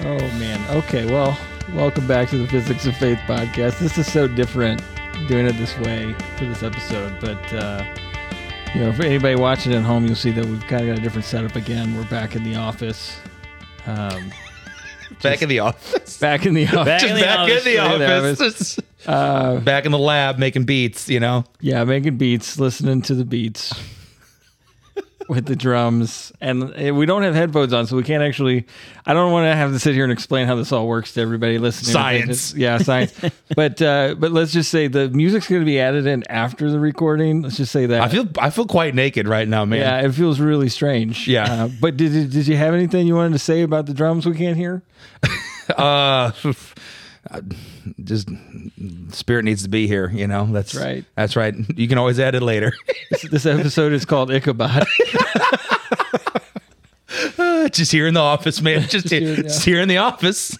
Oh man. Okay. Well, welcome back to the Physics of Faith podcast. This is so different doing it this way for this episode, but uh, you know, for anybody watching at home, you'll see that we've kind of got a different setup again. We're back in the office. Um, Back in the office. back in the office. Just back in the Back in the office. Just back in the lab making beats, you know? Yeah, making beats, listening to the beats with the drums. And eh, we don't have headphones on, so we can't actually. I don't want to have to sit here and explain how this all works to everybody listening. Science. Yeah, science. but uh, but let's just say the music's going to be added in after the recording. Let's just say that. I feel I feel quite naked right now, man. yeah, it feels really strange. Yeah. Uh, but did, did did you have anything you wanted to say about the drums we can't hear? Uh, just spirit needs to be here, you know? That's right. That's right. You can always add it later. This, this episode is called Ichabod. just here in the office, man. Just, here, here, yeah. just here in the office.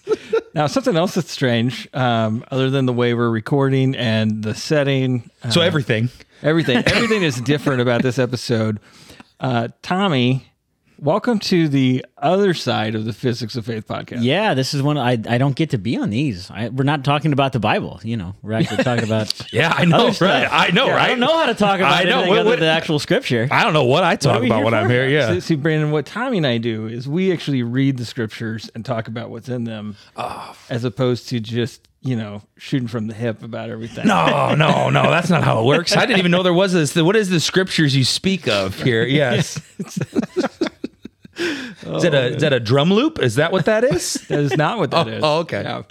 now, something else that's strange, um, other than the way we're recording and the setting. uh, So everything. Everything, everything is different about this episode. Uh, Tommy, welcome to the other side of the Physics of Faith podcast. Yeah, this is one I, I don't get to be on these. I, we're not talking about the Bible, you know. We're actually talking about. Yeah, I know, Other right? stuff. I know, right? I don't know how to talk about I know. anything What- other what- than actual scripture. I don't know what I talk we about here when I'm for? here. Yeah. See, see, Brandon, what Tommy and I do is we actually read the scriptures and talk about what's in them, Oh, as opposed to just you know shooting from the hip about everything. No, no, no. That's not how it works. I didn't even know there was this. What is the scriptures you speak of here? Yes. is that a is that a drum loop? Is that what that is? that is not what that is. oh, okay. Yeah.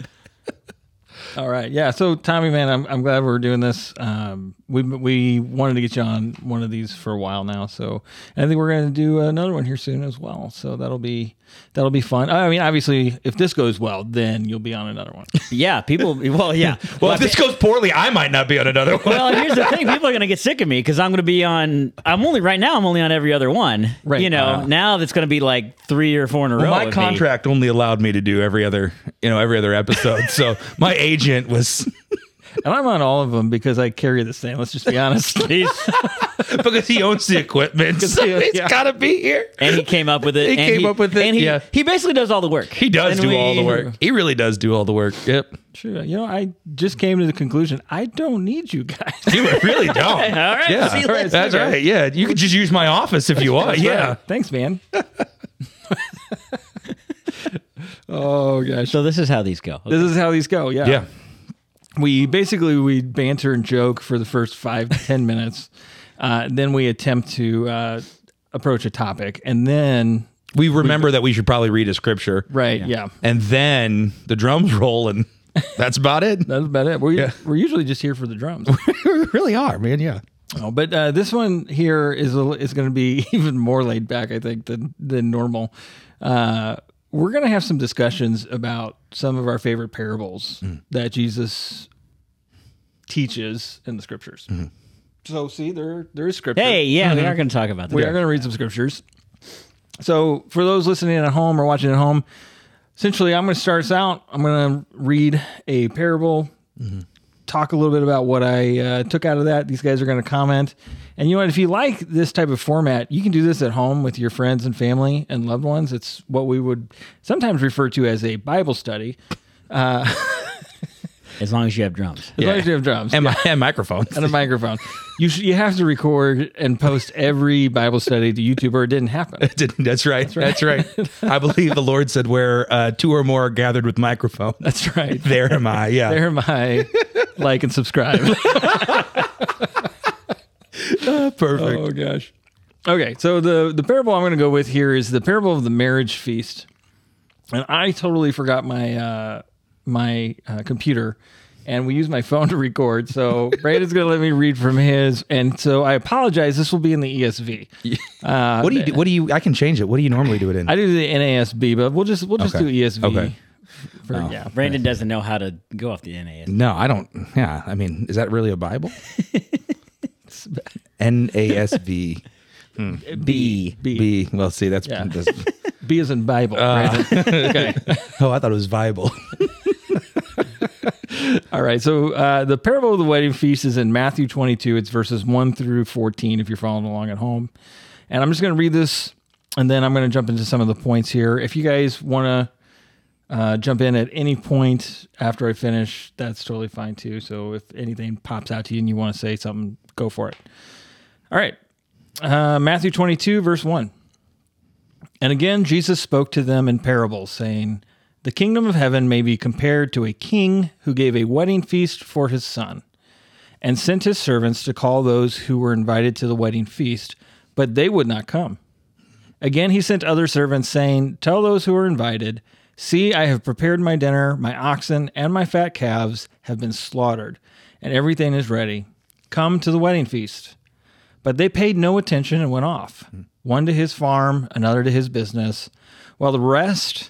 All right, yeah. So Tommy, man, I'm, I'm glad we're doing this. Um, we we wanted to get you on one of these for a while now, so and I think we're going to do another one here soon as well. So that'll be that'll be fun. I mean, obviously, if this goes well, then you'll be on another one. Yeah, people. Well, yeah. Well, if this goes poorly, I might not be on another one. Well, here's the thing: people are going to get sick of me because I'm going to be on. I'm only right now. I'm only on every other one. Right. You know, Uh-huh. now that's going to be like three or four in a row. Uh. my with me. contract only allowed me to do every other, you know, every other episode. So my agent was and I'm on all of them because I carry this thing. Let's just be honest. He's- because he owns the equipment. So he- he's yeah. got to be here. and he came up with it. He and came up with it, And he, yeah. he basically does all the work. He does And do all the we- work. He really does do all the work. Yep. True. You know, I just came to the conclusion I don't need you guys. You really don't. all right, Yeah. see you later. That's right. Yeah. You could just use my office if you want. Yeah. Thanks, man. oh gosh. So this is how these go. This is how these go. Yeah. we basically we banter and joke for the first five to ten minutes uh, then we attempt to uh, approach a topic and then we remember that we should probably read a scripture right yeah, and then the drums roll and that's about it that's about it we're, Yeah. we're usually just here for the drums we really are man yeah Oh, but uh, this one here is a, is going to be even more laid back, I think, than than normal. Uh, we're going to have some discussions about some of our favorite parables that Jesus teaches in the scriptures. So, see, there there is scripture. Hey, yeah, Mm-hmm. we are going to talk about We that. are going to read some scriptures. So, for those listening at home or watching at home, essentially, I'm going to start us out. I'm going to read a parable, talk a little bit about what I uh, took out of that. These guys are going to comment. And you know what? If you like this type of format, you can do this at home with your friends and family and loved ones. It's what we would sometimes refer to as a Bible study, As long as you have drums. as Yeah. long as you have drums. and, my, and microphones and a microphone. You sh- you have to record and post every Bible study to YouTube, or it didn't happen. Didn't- that's right that's right, i believe the lord said where uh, two or more are gathered with microphone That's right. there am i yeah There am I. like and subscribe. perfect oh gosh. Okay, so the the parable I'm going to go with here is the parable of the marriage feast, and I totally forgot my uh, my uh, computer, and we use my phone to record. So Brandon's going to let me read from his, and so I apologize. This will be in the E ESV. what do you do what do you i can change it what do you normally do it in I do the NASB, but we'll just we'll just Okay. do ESV. Okay. For, Oh. Yeah. Brandon doesn't know how to go off the NAS. no i don't yeah i mean is that really a bible n-a-s-v B. B. b well see that's, Yeah. that's B is in Bible. Brandon. okay. oh i thought it was bible All right. So uh, the parable of the wedding feast is in Matthew 22. It's verses 1 through 14, if you're following along at home. And I'm just going to read this and then I'm going to jump into some of the points here. If you guys want to Uh, jump in at any point after I finish. That's totally fine too. So if anything pops out to you and you want to say something, go for it. All right. Uh, Matthew 22, verse 1. And again, Jesus spoke to them in parables, saying, The kingdom of heaven may be compared to a king who gave a wedding feast for his son, and sent his servants to call those who were invited to the wedding feast, but they would not come. Again, he sent other servants, saying, Tell those who are invited, See, I have prepared my dinner, my oxen and my fat calves have been slaughtered, and everything is ready. Come to the wedding feast. But they paid no attention and went off, one to his farm, another to his business, while the rest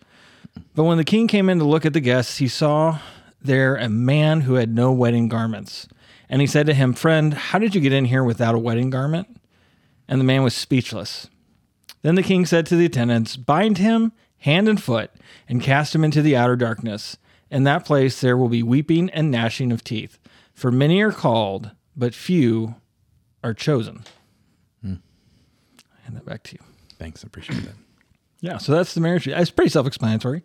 But when the king came in to look at the guests, he saw there a man who had no wedding garments. And he said to him, Friend, how did you get in here without a wedding garment? And the man was speechless. Then the king said to the attendants, Bind him hand and foot, and cast him into the outer darkness. In that place there will be weeping and gnashing of teeth, for many are called, but few are chosen. Hmm. Hand that back to you. Thanks, I appreciate that. Yeah, so that's the marriage. It's pretty self-explanatory.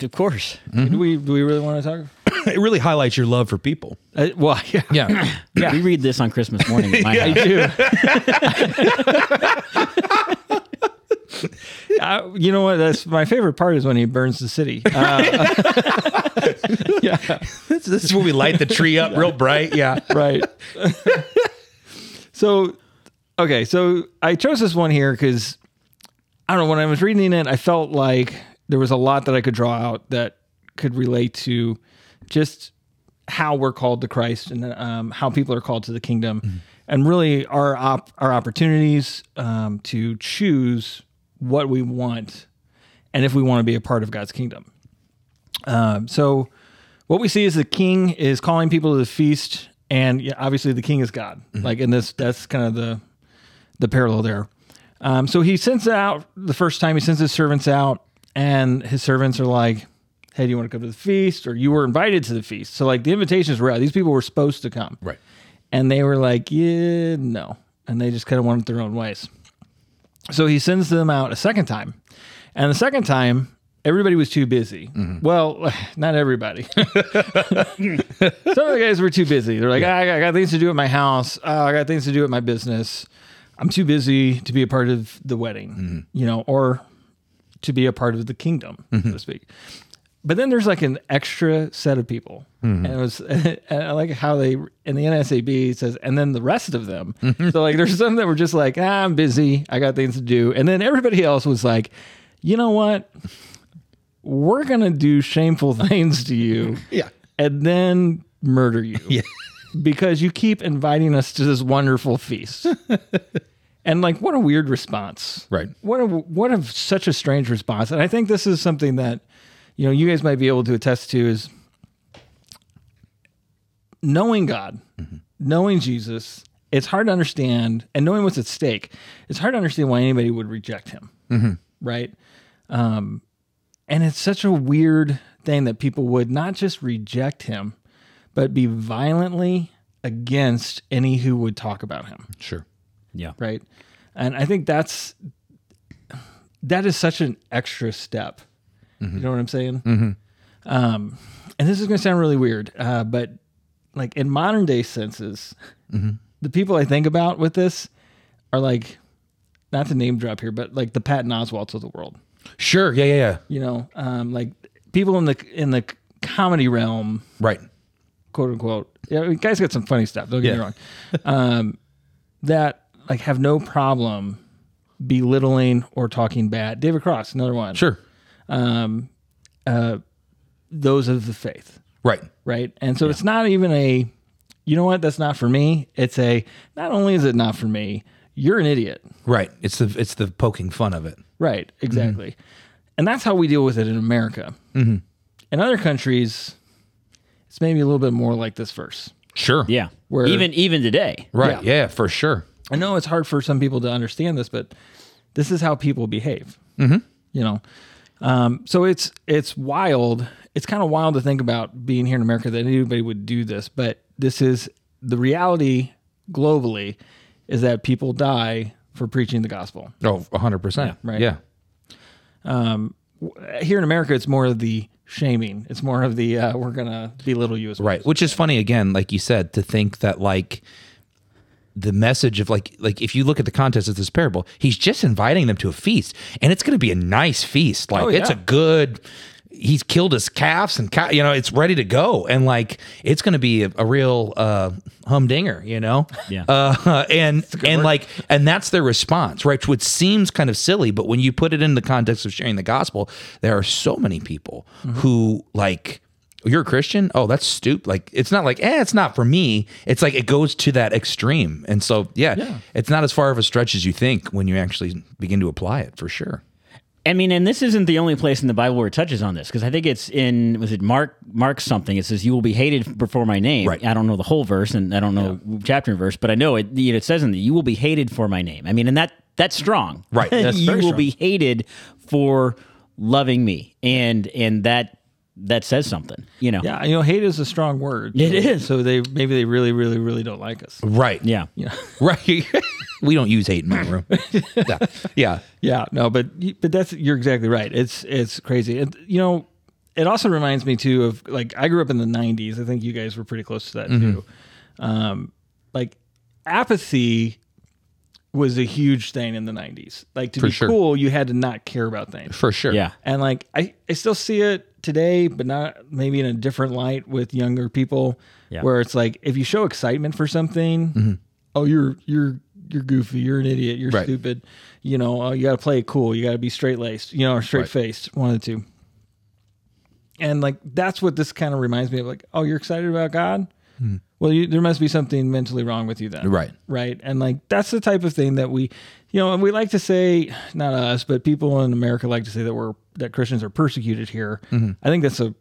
Of course. Mm-hmm. Do we do we really want to talk? it really highlights your love for people. Uh, well, yeah, Yeah. We read this on Christmas morning at my I house. do. I, you know what? That's my favorite part is when he burns the city. Uh, yeah. this, this is when we light the tree up real bright. Yeah. right. so, okay, so I chose this one here because I don't know when I was reading it, I felt like there was a lot that I could draw out that could relate to just how we're called to Christ and um, how people are called to the kingdom, and really our op- our opportunities um, to choose what we want and if we want to be a part of God's kingdom. Um, so what we see is the king is calling people to the feast, and yeah, obviously the king is God. Like in this, that's kind of the the parallel there. Um, so he sends out the first time he sends his servants out, and his servants are like, "Hey, do you want to come to the feast?" Or you were invited to the feast. So like the invitations were out; these people were supposed to come, Right. and they were like, yeah, no. And they just kind of went their own ways. So he sends them out a second time. And the second time, everybody was too busy. Well, not everybody. Some of the guys were too busy. They're like, I, got, I got things to do at my house. Uh, I got things to do at my business. I'm too busy to be a part of the wedding, you know, or to be a part of the kingdom, so to speak. But then there's like an extra set of people, and it was and I like how they in the NSAB it says, and then the rest of them. so like there's some that were just like, ah, I'm busy, I got things to do, and then everybody else was like, you know what, we're gonna do shameful things to you, Yeah. and then murder you, because you keep inviting us to this wonderful feast. and like, what a weird response, Right. what a what a such a strange response and i think this is something that you know you guys might be able to attest to is knowing god knowing jesus it's hard to understand and knowing what's at stake it's hard to understand why anybody would reject him right um and it's such a weird thing that people would not just reject him but be violently against any who would talk about him Sure. Yeah. right and i think that's that is such an extra step you know what i'm saying um and this is going to sound really weird uh but like in modern day senses the people i think about with this are like not to name drop here but like the patton oswalts of the world Sure. Yeah. Yeah. Yeah. you know um like people in the in the comedy realm Right. quote unquote. Yeah, I mean, guys got some funny stuff. Don't get me Yeah. wrong. Um, that like have no problem belittling or talking bad. David Cross, another one. Sure. Those of the faith, Right. right? And so it's not even a, you know what? That's not for me. It's a. Not only is it not for me, you're an idiot. Right. It's the it's the poking fun of it. Mm-hmm. Right. Exactly. And that's how we deal with it in America. In other countries, it's maybe a little bit more like this verse. Sure. Yeah. Where- even even today. Right. Yeah. for sure. I know it's hard for some people to understand this, but this is how people behave. Mm-hmm. You know, um, so it's it's wild. It's kind of wild to think about being here in America that anybody would do this, but this is the reality globally is that people die for preaching the gospel. Oh, 100%. Yeah. right. Yeah. Here in America, it's more of the shaming. It's more of the uh, we're gonna belittle you as well. Right. Which is funny again, like you said, to think that like the message of like like if you look at the context of this parable, he's just inviting them to a feast. And it's gonna be a nice feast. Like Oh, yeah. it's a good he's killed his calves and cow, you know, it's ready to go. And like it's gonna be a, a real uh humdinger, you know? Yeah. Uh and and like and that's their response, right? Which seems kind of silly, but when you put it in the context of sharing the gospel, there are so many people Mm-hmm. who like you're a Christian? Oh, that's stupid. Like it's not like, eh, it's not for me. It's like it goes to that extreme. And so yeah, it's not as far of a stretch as you think when you actually begin to apply it for sure. I mean, and this isn't the only place in the Bible where it touches on this because I think it's in was it Mark Mark something. It says you will be hated before my name. Right. I don't know the whole verse and I don't know chapter and verse, but I know it. you know, It says in that you will be hated for my name. I mean, and that that's strong. Right. That's you very will strong. be hated for loving me, and and that that says something. You know. Yeah, you know, hate is a strong word. It so, is. So they maybe they really, really, really don't like us. Right. Yeah. Yeah. Right. we don't use hate in my room. yeah. yeah. Yeah, no, but but that's you're exactly right. It's it's crazy. It, you know, it also reminds me too of like I grew up in the '90s. I think you guys were pretty close to that too. Um, like apathy was a huge thing in the '90s. Like to be sure. cool, you had to not care about things. For sure. Yeah. And like I, I still see it today, but not maybe in a different light with younger people. Yeah. Where it's like if you show excitement for something, oh you're you're you're goofy, you're an idiot, you're Right. stupid, you know, oh you gotta play it cool, you gotta be straight laced, you know, or straight faced, one of the two. And like that's what this kind of reminds me of like, oh, you're excited about God? Well, you, there must be something mentally wrong with you then Right. right? And like that's the type of thing that we, you know, and we like to say, not us, but people in America like to say that we're that Christians are persecuted here. I think that's a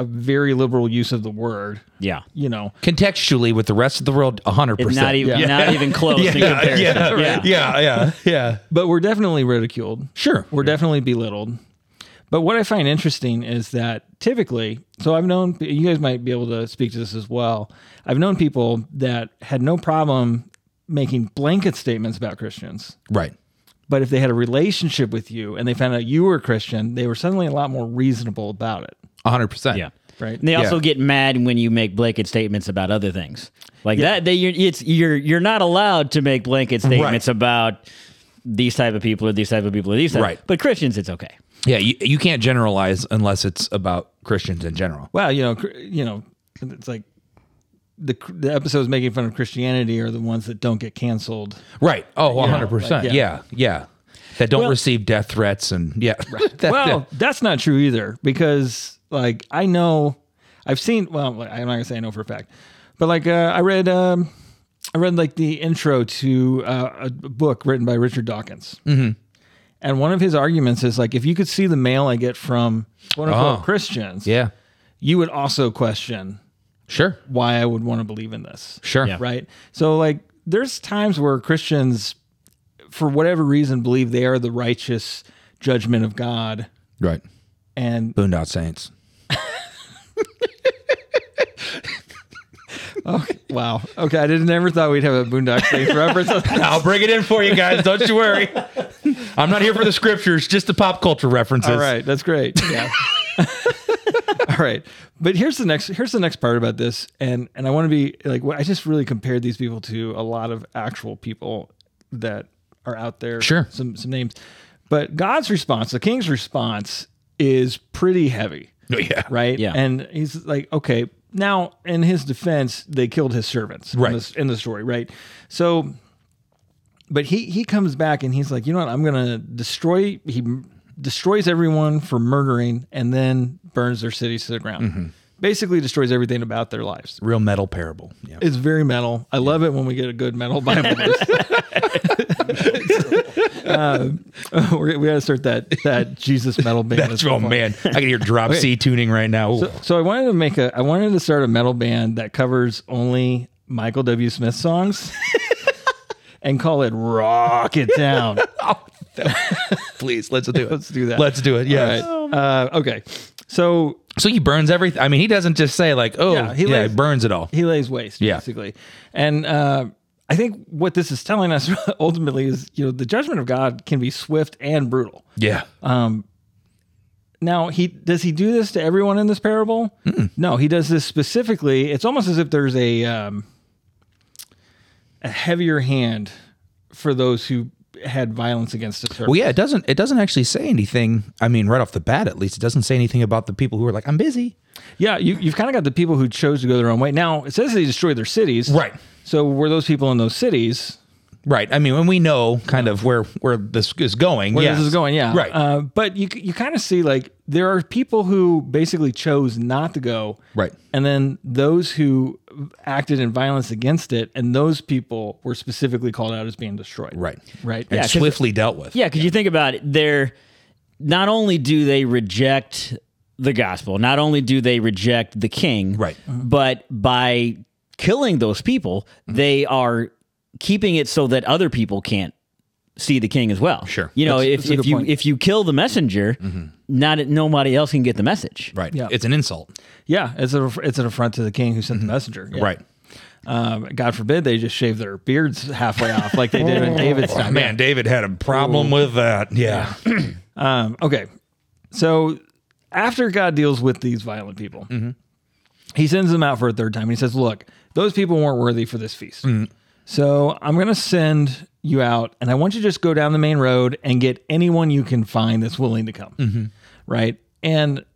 a very liberal use of the word. Yeah. You know, Contextually with the rest of the world, hundred It's percent. not even Yeah. not even close in comparison. yeah, Yeah. yeah, yeah, yeah. but we're definitely ridiculed. Sure. We're definitely belittled. But what I find interesting is that typically, so I've known you guys might be able to speak to this as well. I've known people that had no problem making blanket statements about Christians. Right. But if they had a relationship with you and they found out you were a Christian, they were suddenly a lot more reasonable about it. hundred percent. Yeah. Right. And they also Yeah. get mad when you make blanket statements about other things. Like that they you're, it's you're you're not allowed to make blanket statements about these type of people or these type of people or these type. Right. But Christians it's okay. Yeah. You, you can't generalize unless it's about Christians in general. Well, you know, cr- you know, it's like the the episodes making fun of Christianity are the ones that don't get canceled. Right. Oh, 100%. Like, yeah. yeah. yeah. That don't Well- receive death threats and yeah. That- Well, that's not true either because like I know I've seen well, like, I'm not going to say I know for a fact. But like uh, I read um I read like the intro to uh, a book written by Richard Dawkins. Mm-hmm. And one of his arguments is like if you could see the mail I get from quote unquote Oh. Christians, yeah. you would also question Sure. why I would want to believe in this. Sure. Yeah. Right. So, like, there's times where Christians, for whatever reason, believe they are the righteous judgment of God. Right. And Boondock Saints. wow. Okay. I didn't ever thought we'd have a Boondock Saints reference. I'll bring it in for you guys. Don't you worry. I'm not here for the scriptures, just the pop culture references. All right. That's great. Yeah. All right. But here's the next here's the next part about this. And and I want to be like I just really compared these people to a lot of actual people that are out there. Sure. Some some names. But God's response, the king's response is pretty heavy. Yeah. right? Yeah. And he's like, okay, now in his defense, they killed his servants in, Right. this, in the story, right? So, but he he comes back and he's like, you know what? I'm gonna destroy. He m- destroys everyone for murdering and then burns their cities to the ground. Mm-hmm. Basically, destroys everything about their lives. Real metal parable. Yeah. It's very metal. I love it when we get a good metal Bible. verse. Uh, we're- we got to start that that Jesus metal band. That's oh man, I can hear drop C tuning right now. Ooh. So I wanted to make a I wanted to start a metal band that covers only Michael W. Smith songs and call it Rocket Town. Oh, Please, let's do it. Let's do that. Let's do it. All Yeah. right. Uh, okay. So So he burns everything. I mean, he doesn't just say like, "Oh, Yeah, yeah," he he lays- burns it all. he lays waste, Yeah. basically. And uh, I think what this is telling us ultimately is, you know, the judgment of God can be swift and brutal. Yeah, Now, he does he do this to everyone in this parable? No, he does this specifically. It's almost as if there's a um, a heavier hand for those who had violence against the church. Well, yeah, it doesn't. It doesn't actually say anything. I mean, right off the bat, at least, it doesn't say anything about the people who are like, "I'm busy." yeah, you, you've kind of got the people who chose to go their own way. Now, it says they destroyed their cities. Right. So were those people in those cities Right. I mean, when we know kind of where where this is going, where yeah, this is going? Yeah. Right. Uh, but you, you kind of see like there are people who basically chose not to go. Right. And then those who acted in violence against it, and those people were specifically called out as being destroyed. right, Right. and Yeah. 'cause- swiftly dealt with. Yeah, because you think about it, they're not only do they reject the gospel, not only do they reject the king, Right. Uh-huh. But by killing those people, Mm-hmm. they are keeping it so that other people can't see the king as well. Sure. Mm-hmm. you know, That's- if, that's a if good you point. if you kill the messenger, not nobody else can get the message. Right. Yeah. It's an insult. Yeah. It's, a, it's an affront to the king who sent the messenger. Yeah. Mm-hmm. Right. Um, God forbid they just shave their beards halfway off like they did in David's time. Man, David had a problem with that. Yeah. Um, okay. So after God deals with these violent people, he sends them out for a third time. And he says, Look, those people weren't worthy for this feast. So I'm going to send you out, and I want you to just go down the main road and get anyone you can find that's willing to come. Right. And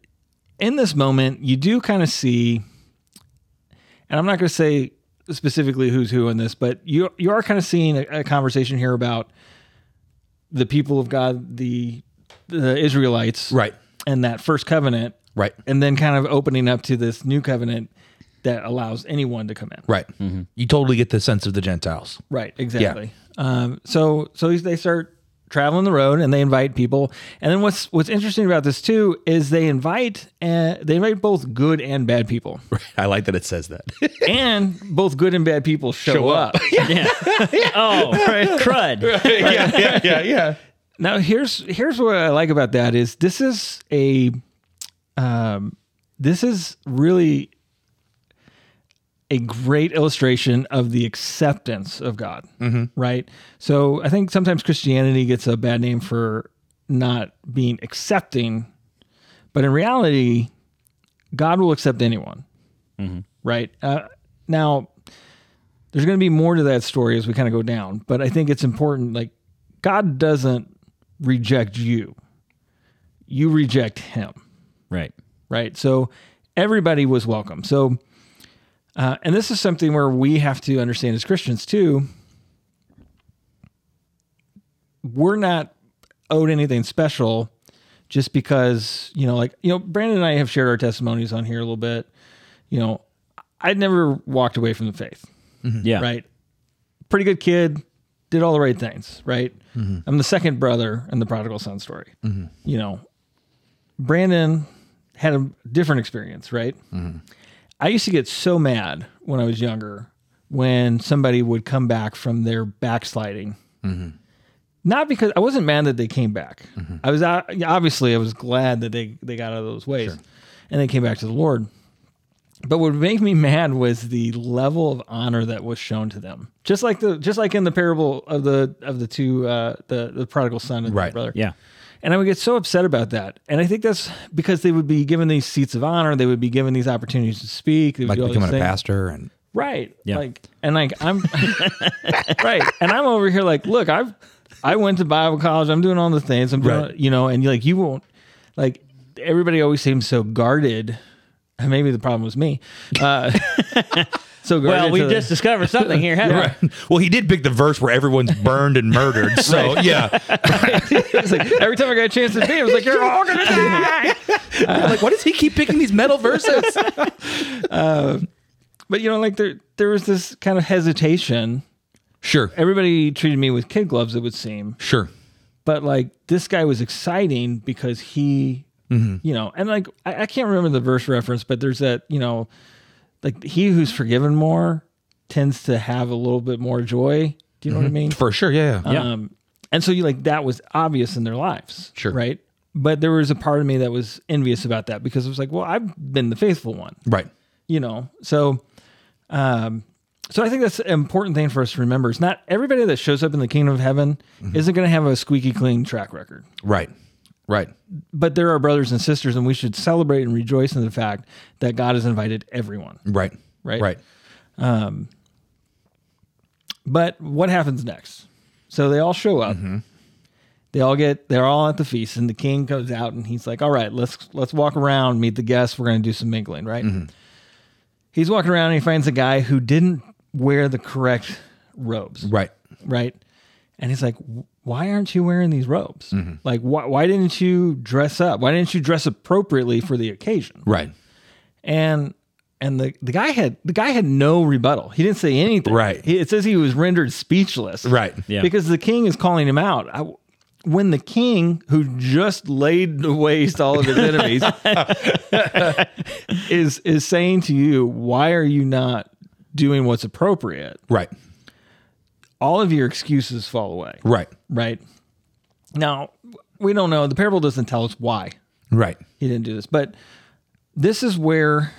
in this moment, you do kind of see, and I'm not going to say specifically who's who in this, but you you are kind of seeing a, a conversation here about the people of God, the the Israelites, Right. and that first covenant, Right. and then kind of opening up to this new covenant that allows anyone to come in. Right. You totally get the sense of the Gentiles. Right, exactly. Um, so so he's- they start traveling the road and they invite people. And then what's what's interesting about this too is they invite uh, they invite both good and bad people, I like that it says that. and both good and bad people show, up. Yeah. oh, crud. yeah, yeah, yeah, yeah. now here's here's what I like about that is this is a um, this is really a great illustration of the acceptance of God, right? So I think sometimes Christianity gets a bad name for not being accepting, but in reality, God will accept anyone, right? Uh, now, there's going to be more to that story as we kind of go down, but I think it's important. Like, God doesn't reject you, you reject Him Right. right? So everybody was welcome. So, uh, and this is something where we have to understand as Christians too. We're not owed anything special just because, you know, like, you know, Brandon and I have shared our testimonies on here a little bit. You know, I'd never walked away from the faith Mm-hmm. Yeah. right? Pretty good kid, did all the right things, right? I'm the second brother in the prodigal son story. You know, Brandon had a different experience, right? I used to get so mad when I was younger when somebody would come back from their backsliding. Not because I wasn't mad that they came back. I was o- obviously I was glad that they they got out of those ways, and they came back to the Lord. But what made me mad was the level of honor that was shown to them. Just like the just like in the parable of the of the two uh the, the prodigal son and the Right. brother. Yeah. And I would get so upset about that. And I think that's because they would be given these seats of honor, they would be given these opportunities to speak, they would Like do all these becoming a things. pastor and Right. Yeah. Like and like I'm right. And I'm over here like, look, I've I went to Bible college, I'm doing all the things, I'm doing Right. you know, and like you won't like everybody always seems so guarded. And maybe the problem was me. Uh so guarded. Well, we to the- just discovered something here, haven't we? Well, he did pick the verse where everyone's burned and murdered. So yeah, it's like, every time I got a chance to be, I was like, You're all gonna die. like why does he keep picking these metal verses? But you know, like there there was this kind of hesitation. sure, Everybody treated me with kid gloves, it would seem. sure. But like this guy was exciting because he, Mm-hmm. you know, and like I, I can't remember the verse reference, but there's that you know, like he who's forgiven more tends to have a little bit more joy. Do you know what I mean? for sure. Yeah, Mm-hmm. yeah. Um, and so you like that was obvious in their lives. Sure. Right. But there was a part of me that was envious about that because it was like, well, I've been the faithful one, right. you know. So, um, so I think that's an important thing for us to remember. It's not everybody that shows up in the kingdom of heaven isn't going to have a squeaky clean track record, Right. Right. but there are brothers and sisters, and we should celebrate and rejoice in the fact that God has invited everyone. Right. Right. Right. But what happens next? So they all show up. They all get they're all at the feast, and the king comes out and he's like, All right, let's let's walk around, meet the guests, we're gonna do some mingling, right? He's walking around and he finds a guy who didn't wear the correct robes. Right. right? And he's like, why aren't you wearing these robes? Mm-hmm. Like, why, why didn't you dress up? Why didn't you dress appropriately for the occasion? Right. And and the, the guy had the guy had no rebuttal. He didn't say anything. Right. He, it says he was rendered speechless. Right. Yeah. Because the king is calling him out. I, when the king, who just laid waste all of his enemies, is is saying to you, why are you not doing what's appropriate? Right. All of your excuses fall away Right. right? Now, we don't know. The parable doesn't tell us why Right. he didn't do this, but this is where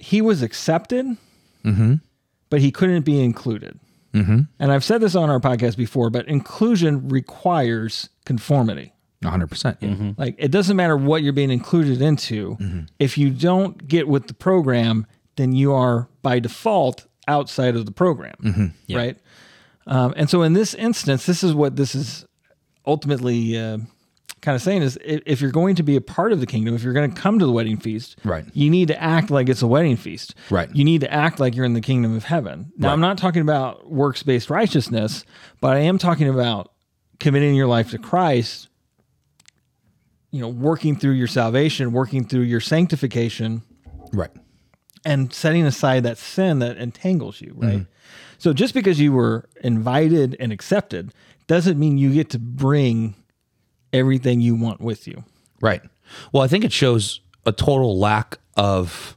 he was accepted, but he couldn't be included. And I've said this on our podcast before, but inclusion requires conformity. One hundred percent. Like, it doesn't matter what you're being included into. If you don't get with the program, then you are by default outside of the program, right? Um, and so in this instance, this is what this is ultimately uh, kind of saying is if, if you're going to be a part of the kingdom, if you're going to come to the wedding feast, Right. you need to act like it's a wedding feast. Right. You need to act like you're in the kingdom of heaven. Now, I'm not talking about works based righteousness, but I am talking about committing your life to Christ, you know, working through your salvation, working through your sanctification Right. and setting aside that sin that entangles you, right? So just because you were invited and accepted doesn't mean you get to bring everything you want with you. Right. Well, I think it shows a total lack of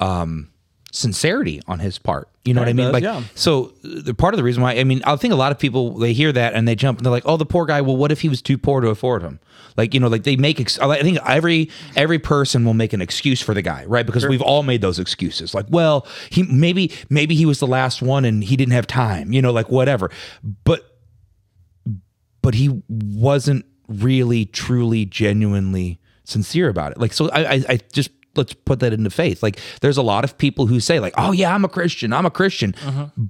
um, sincerity on his part. You know what I It mean? does, like, yeah. so uh, the part of the reason why I mean, I think a lot of people they hear that and they jump and they're like, "Oh, the poor guy. Well, what if he was too poor to afford him?" Like, you know, like they make. Ex- I think every every person will make an excuse for the guy, right? Because we've all made those excuses. Like, well, he maybe maybe he was the last one and he didn't have time. You know, like whatever. But but he wasn't really truly genuinely sincere about it like so I, I i just let's put that into faith like there's a lot of people who say like oh yeah i'm a christian i'm a christian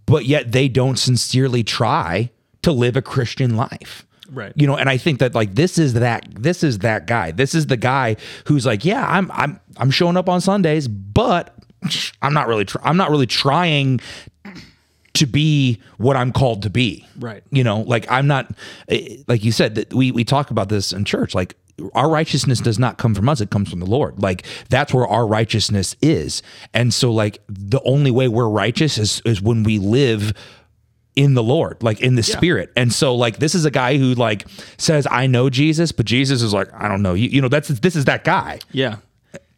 but yet they don't sincerely try to live a christian life Right. you know and i think that like this is that this is that guy this is the guy who's like yeah i'm i'm i'm showing up on sundays but i'm not really tr- i'm not really trying to be what I'm called to be. Right. You know, like I'm not eh, like you said that we we talk about this in church like our righteousness does not come from us it comes from the Lord. Like that's where our righteousness is. And so like the only way we're righteous is is when we live in the Lord, like in the spirit. And so like this is a guy who like says I know Jesus, but Jesus is like I don't know you. You know that's this is that guy. Yeah.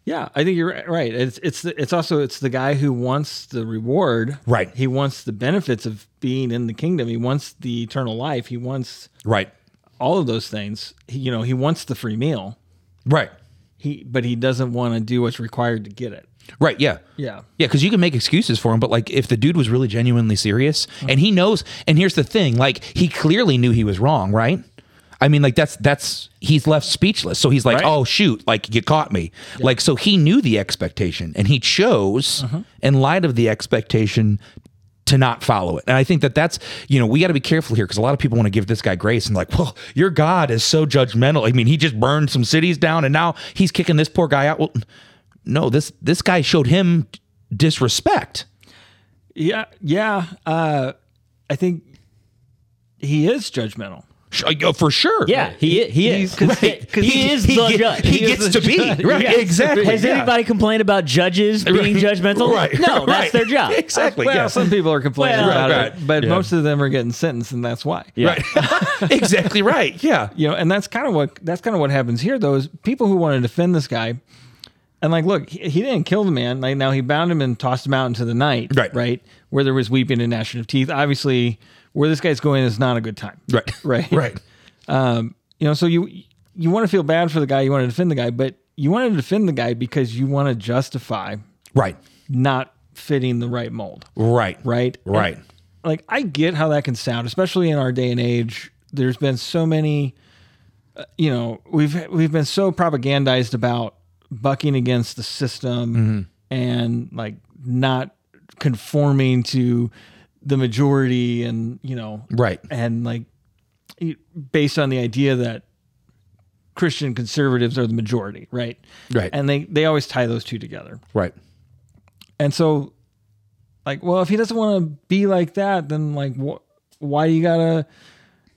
Yeah, I think you're ri- right. It's it's the, it's also it's the guy who wants the reward. Right. He wants the benefits of being in the kingdom. He wants the eternal life. He wants Right. all of those things. He, you know, he wants the free meal. Right. He but he doesn't want to do what's required to get it. Right, yeah. Yeah. Yeah, because you can make excuses for him, but like if the dude was really genuinely serious and he knows, and here's the thing, like he clearly knew he was wrong, right? I mean, like that's that's he's left speechless. So he's like, Right. oh shoot, like you caught me. Like so he knew the expectation and he chose in light of the expectation to not follow it. And I think that that's, you know, we got to be careful here because a lot of people want to give this guy grace and like, well, your God is so judgmental. I mean, he just burned some cities down and now he's kicking this poor guy out. Well, no, this this guy showed him disrespect. Yeah, yeah. Uh, I think he is judgmental. Sh- For sure. Yeah, he i- he is. He's- he, right, 'cause he- is the ge- judge. he is gets the to be judge. right. Yes. Exactly. Has yeah. anybody complained about judges being judgmental? Right. No, that's right. their job. Exactly. well, yeah. some people are complaining Well- about Right, it, right. but Yeah. most of them are getting sentenced, and that's why. Yeah. Right. exactly right. Yeah. you know and that's kind of what that's kind of what happens here though is people who want to defend this guy and like look he, he didn't kill the man like now he bound him and tossed him out into the night Right. right where there was weeping and gnashing of teeth obviously where this guy's going is not a good time Right. right Um, Right. you know so you you want to feel bad for the guy you want to defend the guy but you want to defend the guy because you want to justify Right. not fitting the right mold Right. right Right. like I get how that can sound, especially in our day and age. There's been so many, uh, you know, we've we've been so propagandized about bucking against the system Mm-hmm. and like not conforming to the majority, and you know, Right. and like y- based on the idea that Christian conservatives are the majority, right? Right. And they they always tie those two together. Right. And so, like, well, if he doesn't want to be like that, then like, wh- why do you gotta,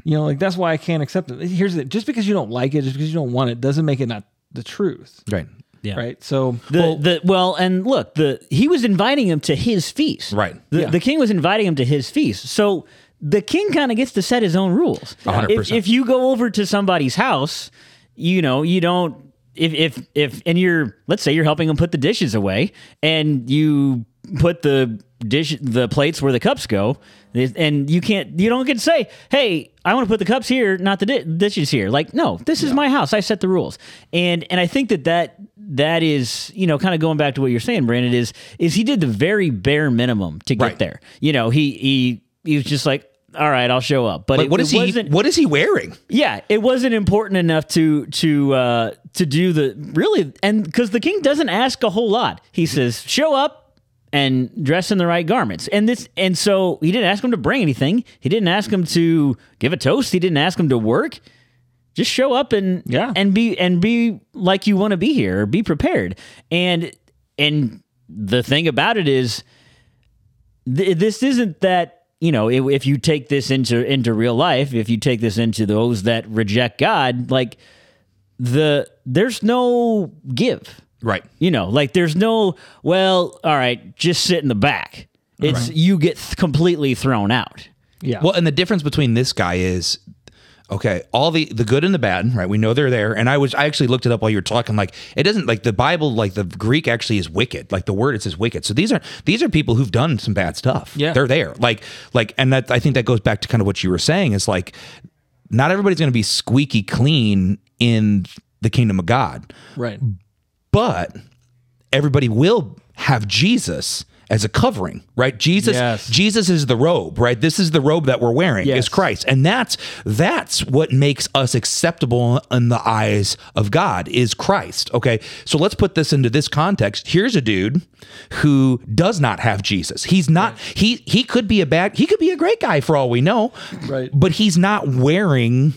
you know, like that's why I can't accept it. Here's it: just because you don't like it, just because you don't want it, doesn't make it not the truth, Right. Yeah. right? So, The, the well and look the he was inviting him to his feast Right. the, Yeah. the king was inviting him to his feast so the king kind of gets to set his own rules hundred if, percent. if you go over to somebody's house you know you don't if if if and you're let's say you're helping him put the dishes away and you put the dish the plates where the cups go and you can't you don't get to say hey i want to put the cups here not the di- dishes here like no this is my house i set the rules and and i think that that that is you know kind of going back to what you're saying brandon is is he did the very bare minimum to get Right. there you know he he he was just like all right i'll show up but But it, what it is he? wasn't, What is he wearing? yeah, it wasn't important enough to to uh, to do the really, and because the king doesn't ask a whole lot. He says, "Show up and dress in the right garments." And this, and so he didn't ask him to bring anything. He didn't ask him to give a toast. He didn't ask him to work. Just show up and Yeah. and be and be like you want to be here. Or be prepared. And and the thing about it is, th- this isn't that you know if, if you take this into into real life if you take this into those that reject god like the there's no give Right. you know like there's no well all right just sit in the back it's you get th- completely thrown out yeah, Well, and the difference between this guy is okay, all the the good and the bad, right? We know they're there. And I was I actually looked it up while you were talking. Like it doesn't like the Bible, like the Greek actually is wicked. Like the word it says wicked. So these are these are people who've done some bad stuff. Yeah. They're there. Like like and that I think that goes back to kind of what you were saying is like not everybody's gonna be squeaky clean in the kingdom of God right, but everybody will have Jesus as a covering, right? Jesus Yes. Jesus is the robe, right? This is the robe that we're wearing Yes. is Christ. And that's that's what makes us acceptable in the eyes of God is Christ. Okay? So let's put this into this context. Here's a dude who does not have Jesus. He's not he he could be a bad he could be a great guy for all we know. Right. But he's not wearing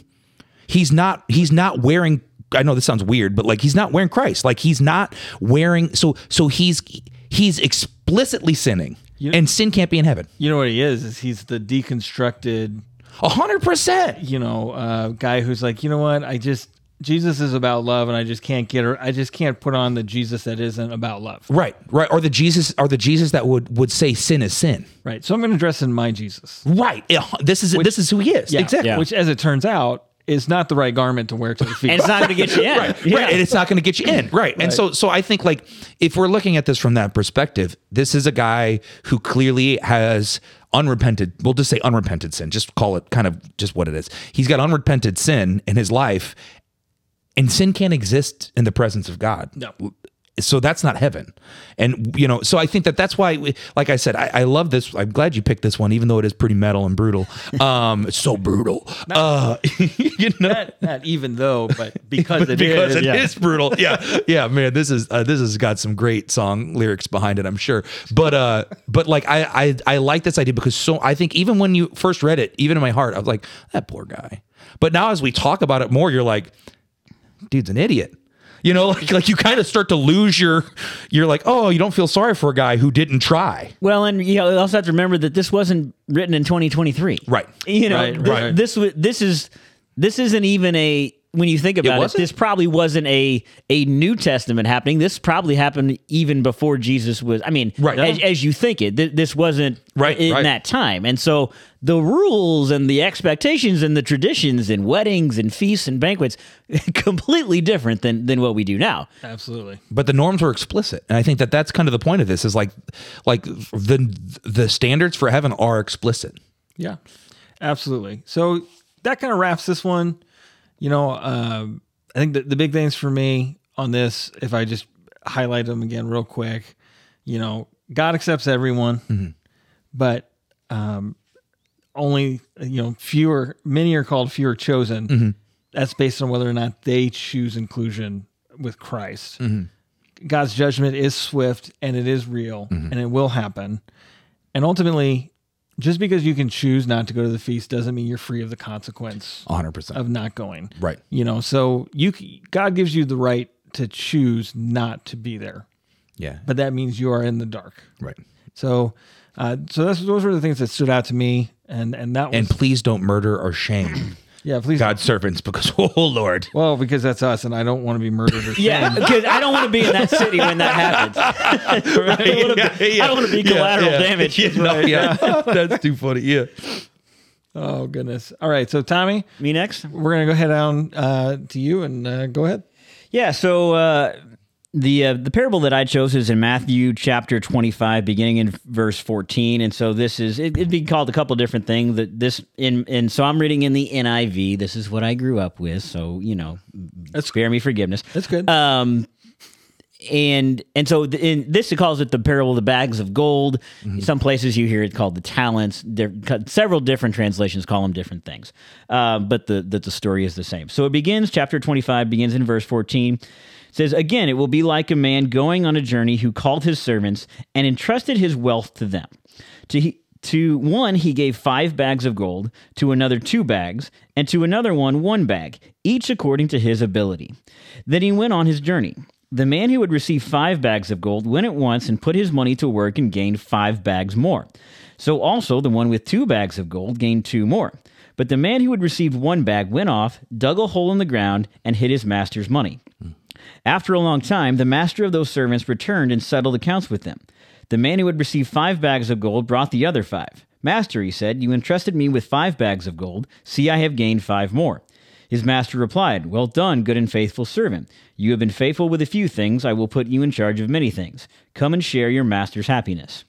he's not he's not wearing I know this sounds weird, but like he's not wearing Christ. Like he's not wearing so so he's he's explicitly sinning. and sin can't be in heaven. you know what he is? Is he's the deconstructed, A hundred percent. you know, uh, guy who's like, you know what? I just Jesus is about love, and I just can't get her. I just can't put on the Jesus that isn't about love, Right, right. Or the Jesus or the Jesus that would would say sin is sin. right? So I'm going to dress in my Jesus, Right. Yeah, This is this is who he is. Yeah. Exactly. Yeah. Which, as it turns out, is not the right garment to wear to the feast. and it's not going to get you in right, Right. And it's not going to get you in. Right. And so so I think like if we're looking at this from that perspective, this is a guy who clearly has unrepented, we'll just say unrepented sin, just call it kind of just what it is. He's got unrepented sin in his life and sin can't exist in the presence of God. No. So that's not heaven. And, you know, so I think that that's why, we- like I said, I, I love this. I'm glad you picked this one, even though it is pretty metal and brutal. Um, it's so brutal. Uh, you know, not, not even though, but because it is. because it is yeah. brutal. Yeah, yeah, man. This is uh, this has got some great song lyrics behind it, I'm sure. But uh, but like I I I like this idea because so I think even when you first read it, even in my heart, I was like that poor guy. But now as we talk about it more, you're like, dude's an idiot. You know, like like you kind of start to lose your. You're like, oh, you don't feel sorry for a guy who didn't try. Well, and you know, you also have to remember that this wasn't written in 2023. Right. You know, Right, th- right. this was this is this isn't even a when you think about it, wasn't? this probably wasn't a a New Testament happening. This probably happened even before Jesus was. I mean, Right. as, as you think it, th- this wasn't Right, in right. that time, and so the rules and the expectations and the traditions and weddings and feasts and banquets completely different than than what we do now. Absolutely. but the norms were explicit and i think that that's kind of the point of this is like like the the standards for heaven are explicit Yeah, absolutely. So that kind of wraps this one. You know, uh, I think the, the big things for me on this, if I just highlight them again real quick, you know, God accepts everyone, but um, only, you know, fewer, many are called, fewer chosen. That's based on whether or not they choose inclusion with Christ. God's judgment is swift and it is real and it will happen. And ultimately, just because you can choose not to go to the feast doesn't mean you're free of the consequence 100% of not going. right You know, so you c- God gives you the right to choose not to be there, yeah but that means you are in the dark. right So, uh, so that's those were the things that stood out to me, and and that was and please don't murder or shame yeah, please. god's servants because oh lord Well, because that's us, and I don't want to be murdered. Or Yeah, because I don't want to be in that city when that happens. I don't want to be, I don't want to be collateral damage. no, yeah. that's too funny yeah Oh goodness. All right. So Tommy, Me next. we're gonna go head down uh, to you, and uh, go ahead. Yeah. So uh, the uh, the parable that I chose is in Matthew chapter twenty five, beginning in verse fourteen, and so this is it, it'd be called a couple different things. That this in and so I'm reading in the NIV. This is what I grew up with, so you know, spare me forgiveness. That's good. Um, and and so th- in this it calls it the parable of the bags of gold. Some places you hear it called the talents. There, co- several different translations call them different things, uh, but the that the story is the same. So it begins chapter twenty five begins in verse fourteen. It says again, it will be like a man going on a journey who called his servants and entrusted his wealth to them. To he, to one he gave five bags of gold, to another two bags, and to another one one bag, each according to his ability. Then he went on his journey. The man who had received five bags of gold went at once and put his money to work and gained five bags more. So also the one with two bags of gold gained two more. But the man who had received one bag went off, dug a hole in the ground, and hid his master's money. After a long time, the master of those servants returned and settled accounts with them. The man who had received five bags of gold brought the other five. Master, he said, you entrusted me with five bags of gold. See, I have gained five more. His master replied, Well done, good and faithful servant. You have been faithful with a few things. I will put you in charge of many things. Come and share your master's happiness.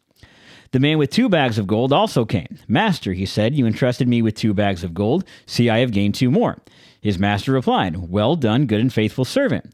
The man with two bags of gold also came. Master, he said, you entrusted me with two bags of gold. See, I have gained two more. His master replied, Well done, good and faithful servant.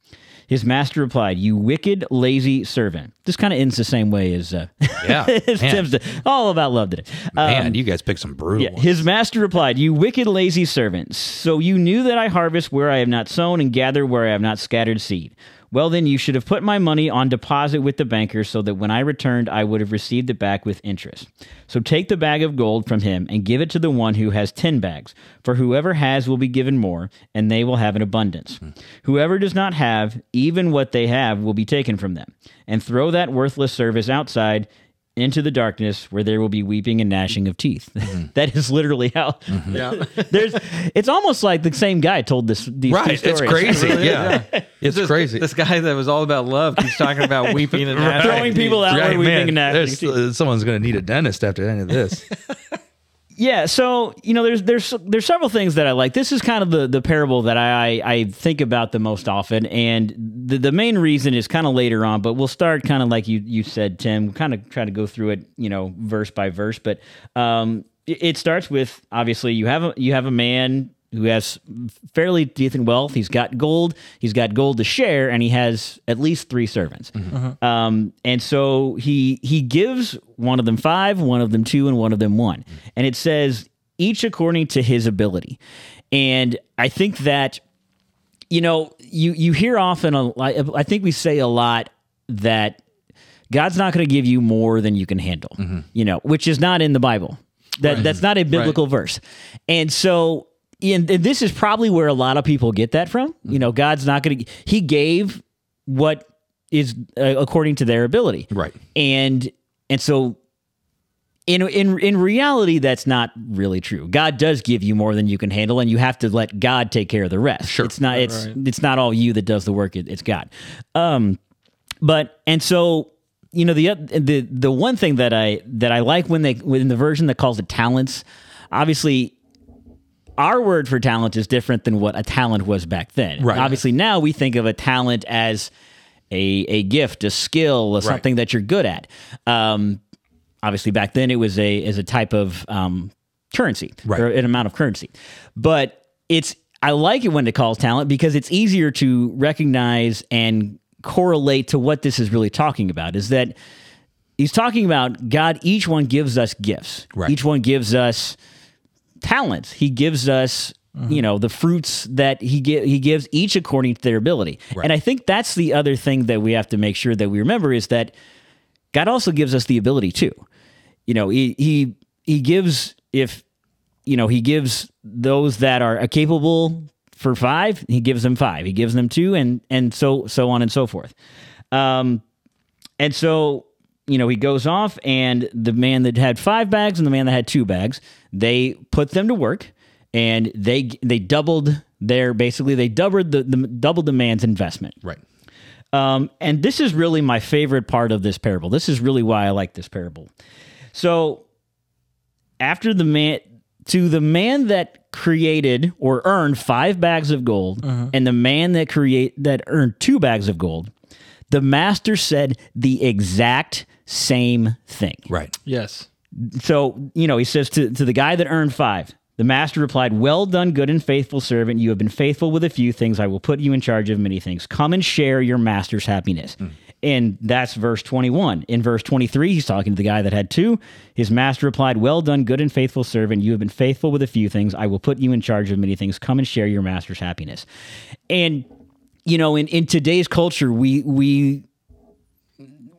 His master replied, "You wicked, lazy servant." This kind of ends the same way as uh, yeah Um, as man, Tim's. All about love today. Uh, man, you guys picked some brutal yeah, ones. his master replied, "You wicked, lazy servants! So you knew that I harvest where I have not sown and gather where I have not scattered seed. Well, then you should have put my money on deposit with the banker, so that when I returned, I would have received it back with interest. So take the bag of gold from him and give it to the one who has ten bags. For whoever has will be given more, and they will have an abundance. Whoever does not have, even what they have, will be taken from them. And throw that worthless service outside." into the darkness where there will be weeping and gnashing of teeth. that is literally how yeah. there's it's almost like the same guy told this these two right stories. it's crazy It really is, yeah it's crazy This guy that was all about love keeps talking about weeping and gnashing of Throwing teeth. people out where Right, weeping and man, gnashing of there's- teeth. uh, someone's going to need a dentist after the end of this. Yeah, so you know, there's there's there's several things that I like. This is kind of the the parable that I I, I think about the most often, and the the main reason is kind of later on, but we'll start kind of like you you said, Tim. Kind of try to go through it, you know, verse by verse. But um, it, it starts with obviously you have a you have a man who has fairly decent wealth. He's got gold. He's got gold to share, and he has at least three servants. Um, and so he he gives one of them five, one of them two, and one of them one. And it says each according to his ability. And I think that you know you you hear often a, I I think we say a lot that God's not going to give you more than you can handle, you know, which is not in the Bible. That that's not a biblical verse. And so and, and this is probably where a lot of people get that from. You know, God's not going to he gave what is uh, according to their ability. Right. And and so in in in reality that's not really true. God does give you more than you can handle and you have to let God take care of the rest. Sure. It's not it's it's not all you that does the work, it, it's God. Um but and so you know the oth- the the one thing that I that I like when they within the version that calls it talents, obviously our word for talent is different than what a talent was back then. Right. Obviously now we think of a talent as a a gift, a skill, or something that you're good at. Um, obviously back then it was a as a type of um, currency or an amount of currency, but it's I like it when it calls talent because it's easier to recognize and correlate to what this is really talking about. Is that he's talking about God? Each one gives us gifts. Right. Each one gives us talents. He gives us, you know, the fruits that he gi- he gives each according to their ability. And I think that's the other thing that we have to make sure that we remember is that God also gives us the ability too. You know, he he he gives if you know he gives those that are capable for five, he gives them five. He gives them two, and and so so on and so forth. Um, and so, you know, he goes off, and the man that had five bags and the man that had two bags, they put them to work, and they they doubled their basically they doubled the, the doubled the man's investment. Right. Um, and this is really my favorite part of this parable. This is really why I like this parable. So, after the man, to the man that created or earned five bags of gold, and the man that create that earned two bags of gold, the master said the exact same thing. Right. Yes. So, you know, he says to, to the guy that earned five, the master replied, Well done, good and faithful servant. You have been faithful with a few things. I will put you in charge of many things. Come and share your master's happiness. And that's verse 21. In verse 23, he's talking to the guy that had two. His master replied, Well done, good and faithful servant. You have been faithful with a few things. I will put you in charge of many things. Come and share your master's happiness. And, you know, in, in today's culture, we, we,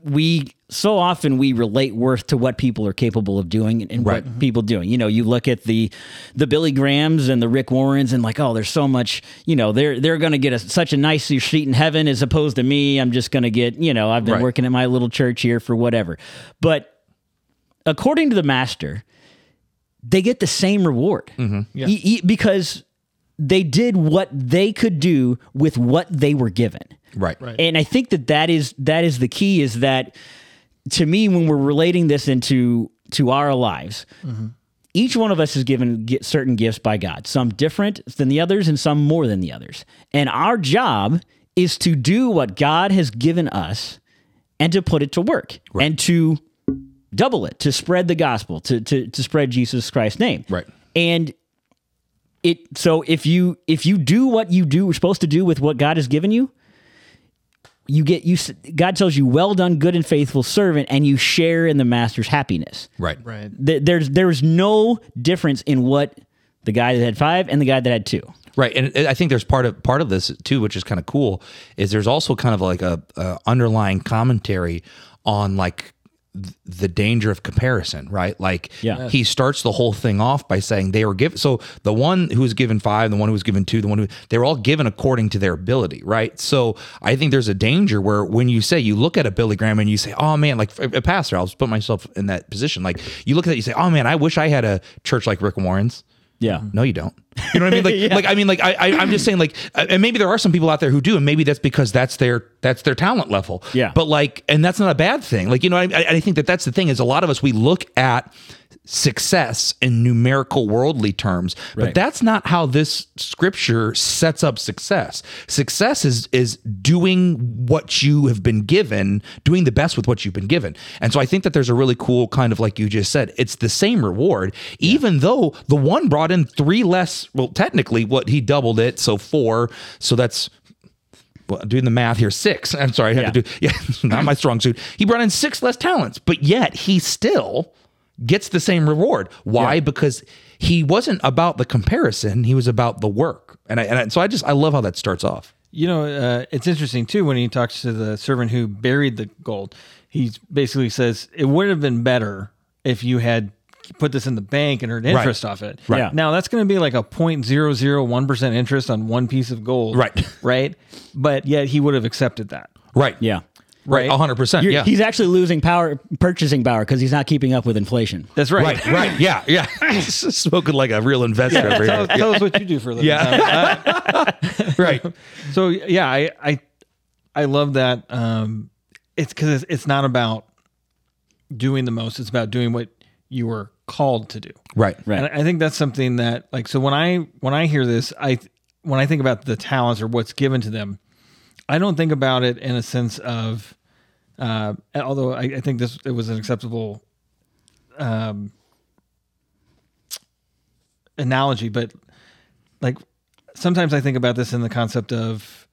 we so often we relate worth to what people are capable of doing and, and Right. Mm-hmm. what people doing. You know, you look at the the Billy Grahams and the Rick Warrens and like, oh, there's so much. You know, they're they're going to get a, such a nice seat in heaven as opposed to me. I'm just going to get. You know, I've been Right. working at my little church here for whatever. But according to the master, they get the same reward Mm-hmm. E- e- because they did what they could do with what they were given. Right. Right. And I think that that is that is the key is that to me when we're relating this into to our lives, each one of us is given gi- certain gifts by God, some different than the others and some more than the others. And our job is to do what God has given us and to put it to work and to double it, to spread the gospel, to to to spread Jesus Christ's name. Right. And it so if you if you do what you do you're supposed to do with what God has given you, you get you s- God tells you, "Well done, good and faithful servant," and you share in the master's happiness. Right. Right. Th- There's there's no difference in what the guy that had five and the guy that had two. Right, and I think there's part of part of this too, which is kind of cool, is there's also kind of like a, a underlying commentary on like th- the danger of comparison, right? Like Yeah. he starts the whole thing off by saying they were given so the one who was given 5, the one who was given 2, the one who they were all given according to their ability, right? So I think there's a danger where when you say you look at a Billy Graham and you say, "Oh man, like a a pastor, I'll just put myself in that position." Like you look at it you say, "Oh man, I wish I had a church like Rick Warren's." Yeah. No, you don't. You know what I mean? Like, like I mean, like I, I, I'm just saying, like, uh, and maybe there are some people out there who do, and maybe that's because that's their that's their talent level. Yeah. But like, and that's not a bad thing. Like, you know, I, I I think that that's the thing is a lot of us we look at success in numerical worldly terms, but Right. that's not how this scripture sets up success. Success is is doing what you have been given, doing the best with what you've been given. And so I think that there's a really cool kind of like you just said, it's the same reward, even though the one brought in three less. Well, technically, what he doubled it, so four. So that's well, doing the math here, six. I'm sorry, I had to do yeah, not my strong suit. He brought in six less talents, but yet he still gets the same reward. Why? Because he wasn't about the comparison; he was about the work. And I, and I, so I just I love how that starts off. you know, uh, it's interesting too when he talks to the servant who buried the gold. He basically says it would have been better if you had put this in the bank and earned interest off it. Right. Yeah. Now that's going to be like a 0.001% interest on one piece of gold. Right. Right. But yet he would have accepted that. Right. Yeah. Right. Right. 100%. You're- yeah. He's actually losing power, purchasing power, because he's not keeping up with inflation. That's right. Right. Yeah. Yeah. Spoken like a real investor over Tell, here. tell us what you do for a living. Yeah. Tom. Right. So yeah, I I I love that. Um, it's because it's, it's not about doing the most; it's about doing what you were called to do. Right. Right. And I think that's something that like so when I when I hear this, I when I think about the talents or what's given to them, I don't think about it in a sense of. Uh, although I, I think this it was an acceptable um, analogy, but like sometimes I think about this in the concept of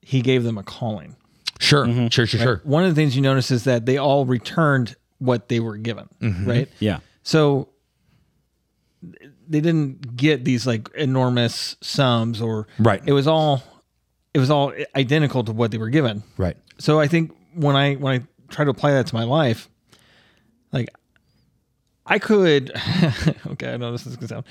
he gave them a calling. Sure. Sure. Sure. Sure. One of the things you notice is that they all returned what they were given, right? Yeah. So they didn't get these like enormous sums or Right. It was all it was all identical to what they were given. Right. So I think when I when I try to apply that to my life, like I could okay, I know this is gonna sound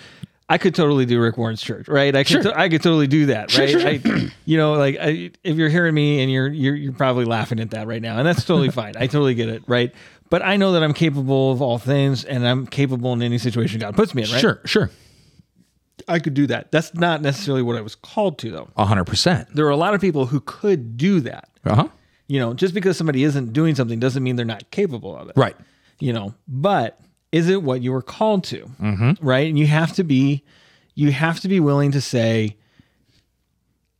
I could totally do Rick Warren's church, right? I could to- I could totally do that, right? I, you know, like I, if you're hearing me and you're, you're you're probably laughing at that right now, and that's totally fine. I totally get it, right? But I know that I'm capable of all things, and I'm capable in any situation God puts me in, right? Sure. Sure. I could do that. That's not necessarily what I was called to, though. 100%. There are a lot of people who could do that, Uh huh. you know, just because somebody isn't doing something doesn't mean they're not capable of it. Right. You know, but is it what you were called to? Mm-hmm. Right. And you have to be, you have to be willing to say,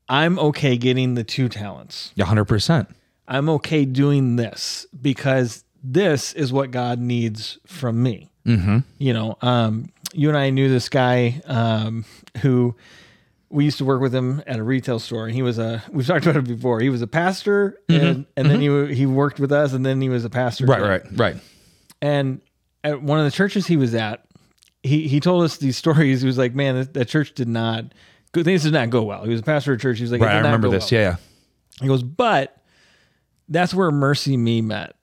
I'm okay getting the two talents. 100%. I'm okay doing this because this is what God needs from me. Mm-hmm. You know, um, you and I knew this guy um, who we used to work with him at a retail store, and he was a. We've talked about it before. He was a pastor, and, and then he wa- he worked with us, and then he was a pastor. Mm-hmm. Right. too. Right. Right. And at one of the churches he was at, he he told us these stories. He was like, "Man, that, that church did not. Good things did not go well." He was a pastor of a church. He was like, "It Right. did I not remember go this. well." Yeah. He goes, "But that's where mercy me met."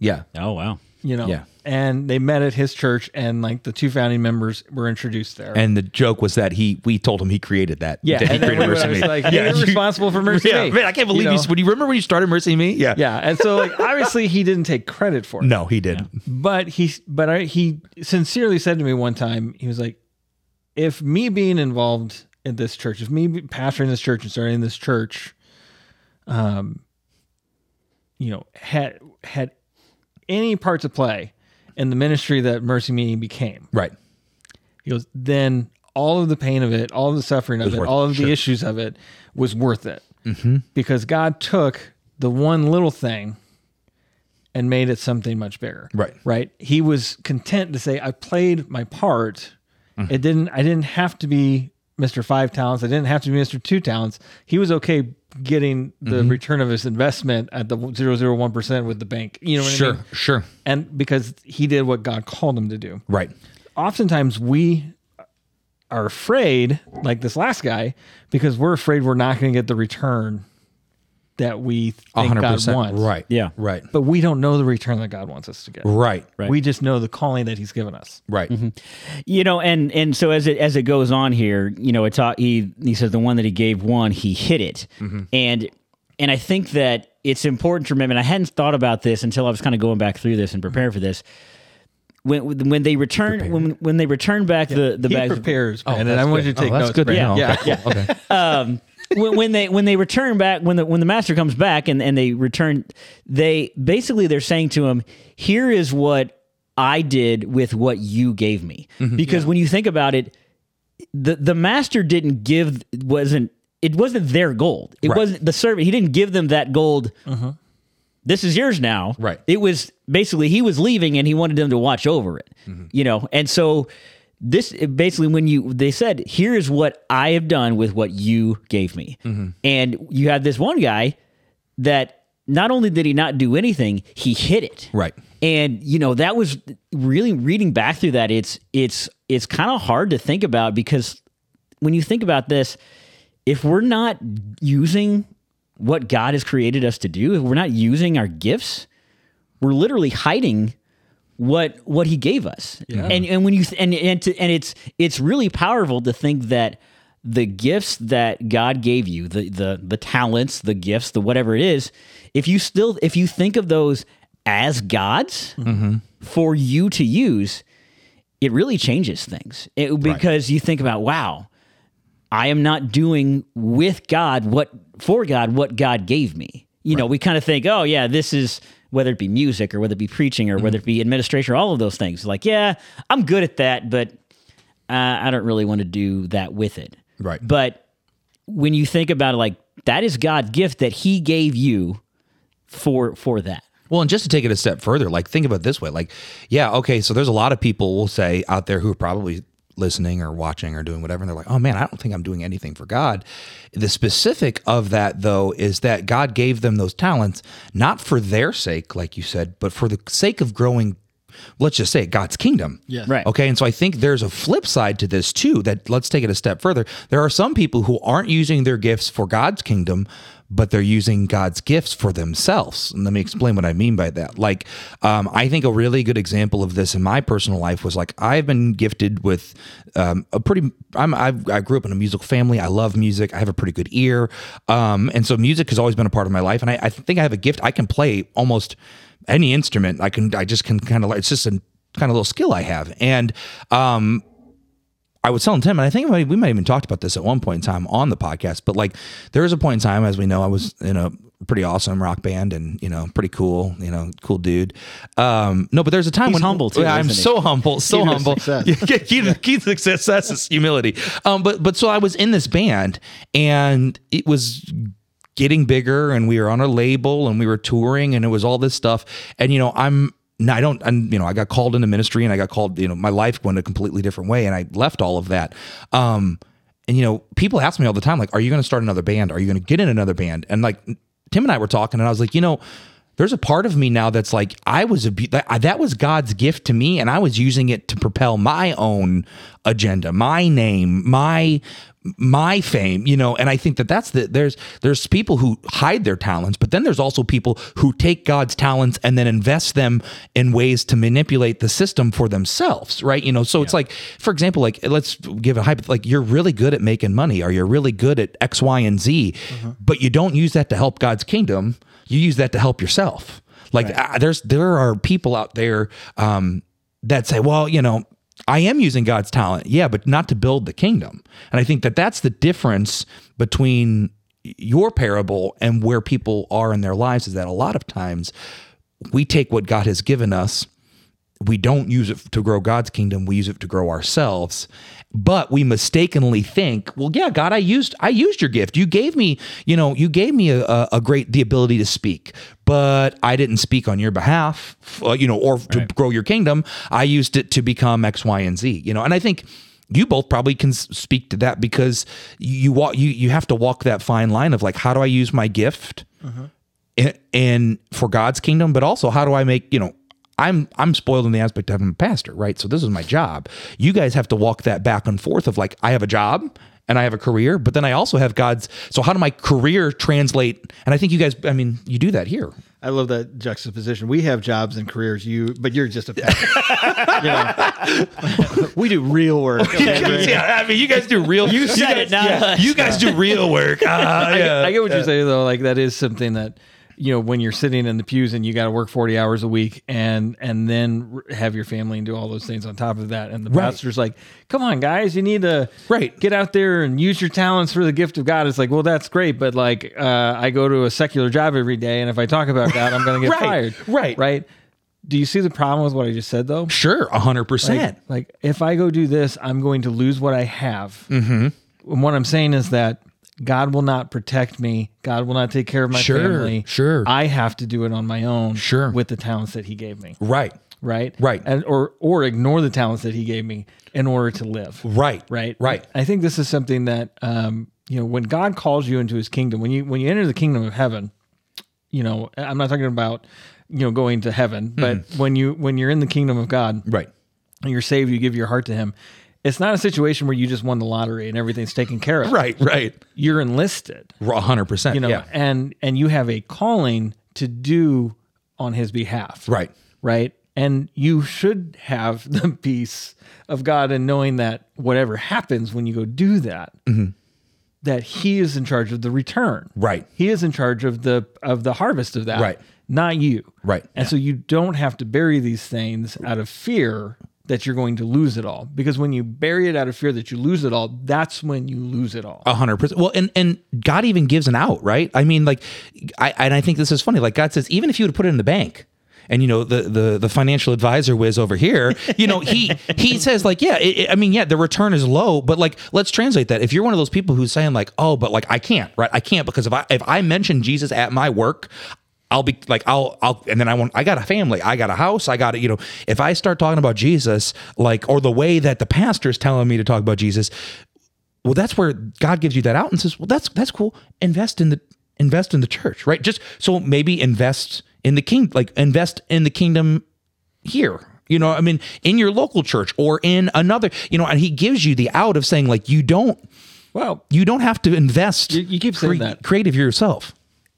Yeah. Yeah. Oh wow. you know. Yeah. And they met at his church, and like the two founding members were introduced there. And the joke was that he, we told him he created that. yeah, That he and then created we were Mercy just Me. like, yeah, you're you- responsible for mercy. Yeah, Me," man, I can't believe you. know? Would you remember when you started Mercy Me? Yeah. Yeah, and so like obviously he didn't take credit for it. No, he didn't. but he but I, he sincerely said to me one time, he was like, "If me being involved in this church, if me be- pastoring this church and starting this church, um, you know, had had any part to play in the ministry that Mercy Me became, Right. He goes, then all of the pain of it, all of the suffering of it, worth all it, Mm-hmm. of the issues of it was worth it because God took the one little thing and made it something much bigger. Right. Right. He was content to say, I played my part. Mm-hmm. It didn't, I didn't have to be Mr. Five Talents. I didn't have to be Mr. Two Talents. He was okay getting the Mm-hmm. return of his investment at the 001% with the bank. You know what I Sure. mean? Sure. And because he did what God called him to do Right. oftentimes we are afraid, like this last guy, because we're afraid we're not going to get the return that we think hundred God percent. wants. Right. Yeah. Right. But we don't know the return that God wants us to get. Right. Right. We just know the calling that He's given us. Right. Mm-hmm. You know, and and so as it as it goes on here, you know, it's all- he he says the one that he gave one, he hit it, and and I think that it's important to remember. And I hadn't thought about this until I was kind of going back through this and preparing for this. When when they return when when they return back the the He bags of- prepares, oh, and I want you to take oh, that's notes. good. to Brandon. know. Yeah, Okay, cool. Okay. when, when they when they return back when the when the master comes back and, and they return they basically they're saying to him here is what I did with what you gave me because when you think about it the the master didn't give wasn't it wasn't their gold it Right. Uh-huh. wasn't the servant he didn't give them that gold this is yours now Right. it was basically he was leaving and he wanted them to watch over it Mm-hmm. you know and so this basically when you they said here is what i have done with what you gave me Mm-hmm. and you have this one guy that not only did he not do anything he hit it Right. and you know that was really reading back through that it's it's it's kind of hard to think about because when you think about this if we're not using what God has created us to do, if we're not using our gifts, we're literally hiding what what he gave us. And and when you th- and and to, and it's it's really powerful to think that the gifts that God gave you, the the the talents, the gifts, the whatever it is, if you still if you think of those as God's for you to use, it really changes things. It, because you think about, wow, I am not doing with God what for God what God gave me. You know, we kind of think, oh yeah, this is whether it be music or whether it be preaching or Mm-hmm. whether it be administration or all of those things. Like, yeah, I'm good at that, but uh, I don't really want to do that with it. Right. But when you think about it, like that is God's gift that He gave you for for that. Well, and just to take it a step further, like think about it this way. Like, yeah, okay, so there's a lot of people we'll say out there who are probably listening or watching or doing whatever, and they're like, oh man, I don't think I'm doing anything for God. The specific of that, though, is that God gave them those talents, not for their sake, like you said, but for the sake of growing, let's just say, God's kingdom. Yes. Right. Okay. And so I think there's a flip side to this too that let's take it a step further. There are some people who aren't using their gifts for God's kingdom, but they're using God's gifts for themselves. And let me explain what I mean by that. Like, um, I think a really good example of this in my personal life was like I've been gifted with um, a pretty. I'm I've, I grew up in a musical family. I love music. I have a pretty good ear, um, and so music has always been a part of my life. And I, I think I have a gift. I can play almost any instrument. I can. I just can kind of. It's just a kind of little skill I have. And um, I was telling Tim, and I think we might have even talked about this at one point in time on the podcast, but like there was a point in time, as we know, I was in a pretty awesome rock band and, you know, pretty cool, you know, cool dude. Um, no, but there's a time when humble too, Yeah, I'm isn't he? so humble, so to humble. success. Yeah, yeah, key, to, key to success is humility. Um, but, but so I was in this band and it was getting bigger and we were on a label and we were touring and it was all this stuff. And, you know, I'm, no, I don't. And you know, I got called into ministry, and I got called. You know, my life went a completely different way, and I left all of that. Um, and you know, people ask me all the time, like, "Are you going to start another band? Are you going to get in another band?" And like, Tim and I were talking, and I was like, you know, there's a part of me now that's like, I was a that, that was God's gift to me, and I was using it to propel my own agenda, my name, my my fame you know and i think that that's the there's there's people who hide their talents but then there's also people who take god's talents and then invest them in ways to manipulate the system for themselves right you know so it's like for example like let's give a hypothetical like you're really good at making money or you're really good at x y and z but you don't use that to help god's kingdom you use that to help yourself like uh, there's there are people out there um that say well you know I am using God's talent, yeah, but not to build the kingdom. And I think that that's the difference between your parable and where people are in their lives is that a lot of times we take what God has given us, we don't use it to grow God's kingdom, we use it to grow ourselves. But we mistakenly think, well, yeah, God, I used I used your gift. You gave me, you know, you gave me a, a, a great the ability to speak, but I didn't speak on your behalf, uh, you know, or to grow your kingdom. I used it to become X, Y, and Z, you know. And I think you both probably can s- speak to that because you walk you you have to walk that fine line of like, how do I use my gift? in, in for God's kingdom, but also how do I make you know I'm I'm spoiled in the aspect of I'm a pastor, right? So this is my job. You guys have to walk that back and forth of like I have a job and I have a career, but then I also have God's. So how do my career translate? And I think you guys, I mean, you do that here. I love that juxtaposition. We have jobs and careers, you, but you're just a. You know. we do real work. yeah, I mean, you guys do real. You said it, not us. You guys do real work. Uh, yeah. uh, I get what you're saying though. Like that is something that you know when you're sitting in the pews and you got to work 40 hours a week and and then r- have your family and do all those things on top of that and the pastor's like come on guys you need to Right. get out there and use your talents for the gift of god it's like well that's great but like uh, i go to a secular job every day and if i talk about god i'm gonna get Right, fired right. right do you see the problem with what i just said though sure, hundred like, percent. like, if I go do this, I'm going to lose what I have. Mm-hmm. And what I'm saying is that God will not protect me. God will not take care of my Sure, family. sure. I have to do it on my own. Sure. With the talents that He gave me. Right, Right. Right. And or or ignore the talents that He gave me in order to live. right, Right. right. I think this is something that um, you know when God calls you into His kingdom when you when you enter the kingdom of heaven you know I'm not talking about you know going Mm. to heaven but when you when you're in the kingdom of God Right. and you're saved, you give your heart to him. it's not a situation where you just won the lottery and everything's taken care of. Right, right. You're enlisted, hundred percent. you know, yeah. and and you have a calling to do on his behalf. Right. Right? And you should have the peace of God and knowing that whatever happens when you go do that, that he is in charge of the return. Mm-hmm. Right. He is in charge of the of the harvest of that. Right. Not you. Right. And so you don't have to bury these things out of fear that you're going to lose it all. Because when you bury it out of fear that you lose it all, that's when you lose it all. A hundred percent. Well, and and God even gives an out, right? I mean, like, I and I think this is funny. Like God says, even if you would put it in the bank, and you know the the the financial advisor whiz over here, you know he he says like, yeah, it, it- I mean, yeah, the return is low, but like, let's translate that. If you're one of those people who's saying like, oh, but like I can't, right? I can't because if I if I mention Jesus at my work. I'll be like I'll I'll and then I want I got a family I got a house I got a, you know if I start talking about Jesus like or the way that the pastor is telling me to talk about Jesus well that's where god gives you that out and says well that's that's cool invest in the invest in the church right just so maybe invest in the king like invest in the kingdom here you know i mean in your local church or in another you know and he gives you the out of saying like you don't Well, you don't have to invest you keep saying that. creative yourself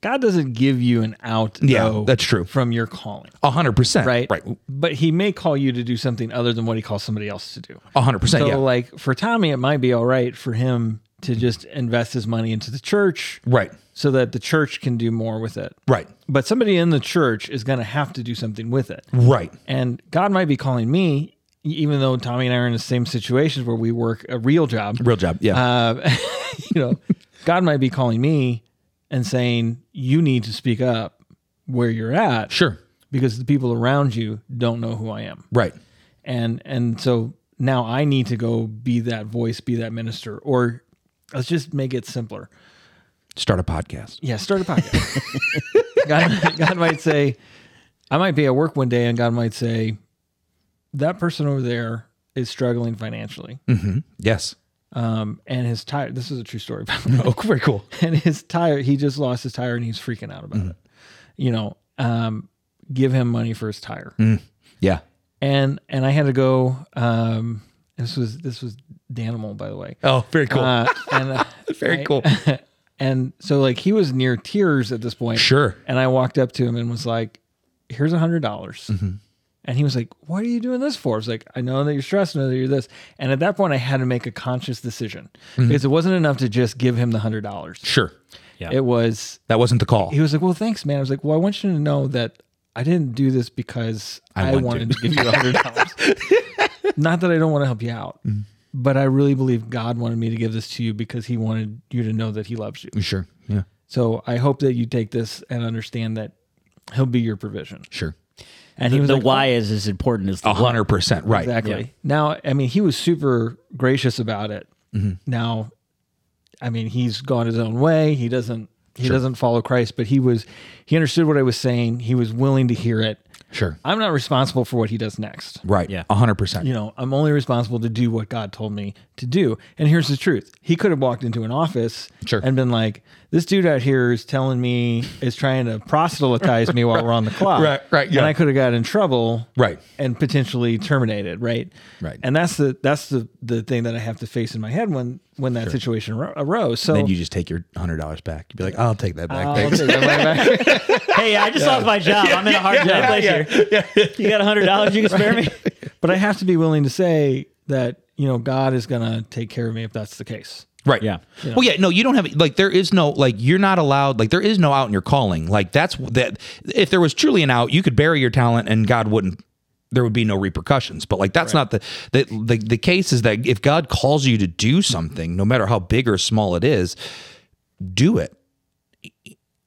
God doesn't give you an out Yeah, though, that's true. from your calling. 100% Right. right But he may call you to do something other than what he calls somebody else to do. 100% So yeah like for Tommy, it might be all right for him to just invest his money into the church right so that the church can do more with it. right But somebody in the church is going to have to do something with it. right And God might be calling me, e, even though Tommy and I are in the same situations where we work a real job. real job yeah Uh, you know, God might be calling me and saying, you need to speak up where you're at sure because the people around you don't know who I am. right And and so now I need to go be that voice, be that minister, or let's just make it simpler. start a podcast Yeah, start a podcast. God, God might say, I might be at work one day, and God might say, that person over there is struggling financially, Hmm. yes um, and his tire. This is a true story, by the way. oh very cool Hmm. and his tire. He just lost his tire, and he's freaking out about it. You know, um, give him money for his tire, yeah and and I had to go. Um, this was this was Danimal, by the way. oh very cool Uh, and uh, very I- cool and so like he was near tears at this point. sure And I walked up to him and was like, here's a hundred dollars. Mm-hmm. And he was like, what are you doing this for? I was like, I know that you're stressed, I know that you're this. And at that point I had to make a conscious decision Mm-hmm. because it wasn't enough to just give him the hundred dollars. sure It was, That wasn't the call. he was like, well, thanks man. I was like, well, I want you to know that I didn't do this because I, want to. wanted to. give you a hundred dollars. Mm-hmm. Not that I don't want to help you out, but I really believe God wanted me to give this to you because he wanted you to know that he loves you. Sure. Yeah. So I hope that you take this and understand that he'll be your provision. Sure. And he was the like, "Oh, why is as important as the A hundred percent. Right. Uh-huh. exactly. Now, I mean, he was super gracious about it. Now, I mean, he's gone his own way. He doesn't he doesn't follow Christ, but he was he understood what I was saying. He was willing to hear it. Sure. I'm not responsible for what he does next. Right. Yeah. A hundred percent. You know, I'm only responsible to do what God told me to do. And here's the truth. He could have walked into an office Sure. and been like, this dude out here is telling me, is trying to proselytize me while we're on the clock. Right, right, yeah. And I could have got in trouble. Right. And potentially terminated. Right. Right. And that's the, that's the, the thing that I have to face in my head when, when that situation ro- arose. So Then you just take your hundred dollars back. You'd be like, I'll take that back. I'll thanks. take that money back. Hey, I just lost my job. I'm in a hard job place here. You got hundred dollars you can spare me? but I have to be willing to say that, you know, God is going to take care of me if that's the case. Right. Yeah. Well, yeah. No, you don't have like there is no like you're not allowed like there is no out in your calling. Like that's that. If there was truly an out, you could bury your talent and God wouldn't. There would be no repercussions. But like that's not the the, the the case is that if God calls you to do something, no matter how big or small it is, do it.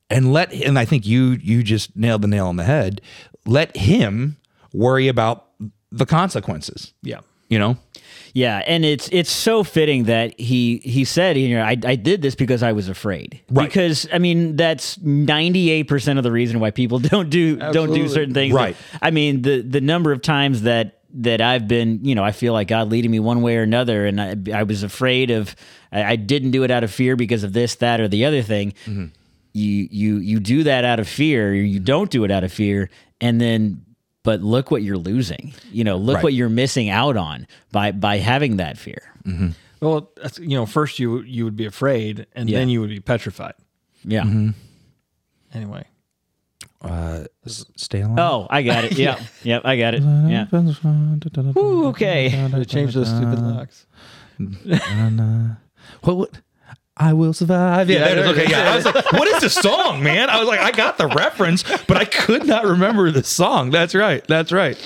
and let and I think you you just nailed the nail on the head. Let him worry about the consequences. Yeah. You know, Yeah, and it's it's so fitting that he he said, you know, I, I did this because I was afraid. Right. Because I mean, that's ninety eight percent of the reason why people don't do don't do Absolutely. certain things. Right. I mean, the the number of times that that I've been, you know, I feel like God leading me one way or another, and I, I was afraid of, I, I didn't do it out of fear because of this, that, or the other thing. Mm-hmm. You you you do that out of fear. You don't do it out of fear, and then but look what you're losing. You know, look Right. what you're missing out on by by having that fear. Well, that's, you know, first you you would be afraid, and then you would be petrified. Yeah. Mm-hmm. Anyway, Uh, Stay on. Oh, I got it. Yep. Yep. I got it. Yeah. Ooh, okay. to change those stupid locks. What? would- I will survive. Yeah, Yeah, there it is. there it okay. Yeah, I was like, "What is the song, man?" I was like, "I got the reference, but I could not remember the song." That's right. That's right.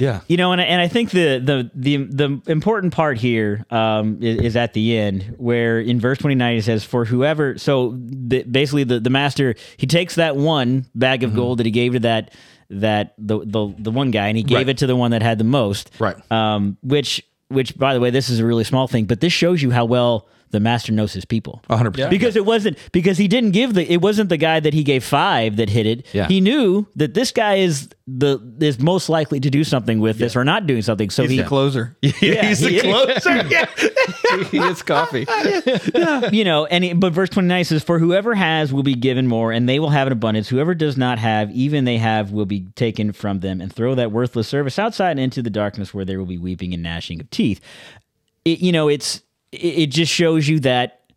Yeah. You know, and I, and I think the the the the important part here um, is, is at the end, where in verse twenty nine it says, "For whoever." So the, basically, the the master he takes that one bag Mm-hmm. of gold that he gave to that that the the, the one guy, and he gave Right. it to the one that had the most. Right. Um, which which by the way, this is a really small thing, but this shows you how well the master knows his people. 100%. Yeah. Because it wasn't because he didn't give the it wasn't the guy that he gave five that hit it. Yeah. He knew that this guy is the is most likely to do something with this or not doing something. So he, He's the closer. Yeah, He's the he is. closer. Yeah. he gets coffee. you know, and he, but verse 29 says, For whoever has will be given more, and they will have an abundance. Whoever does not have, even they have, will be taken from them, and throw that worthless service outside and into the darkness where there will be weeping and gnashing of teeth. It, you know, it's it, it just shows you that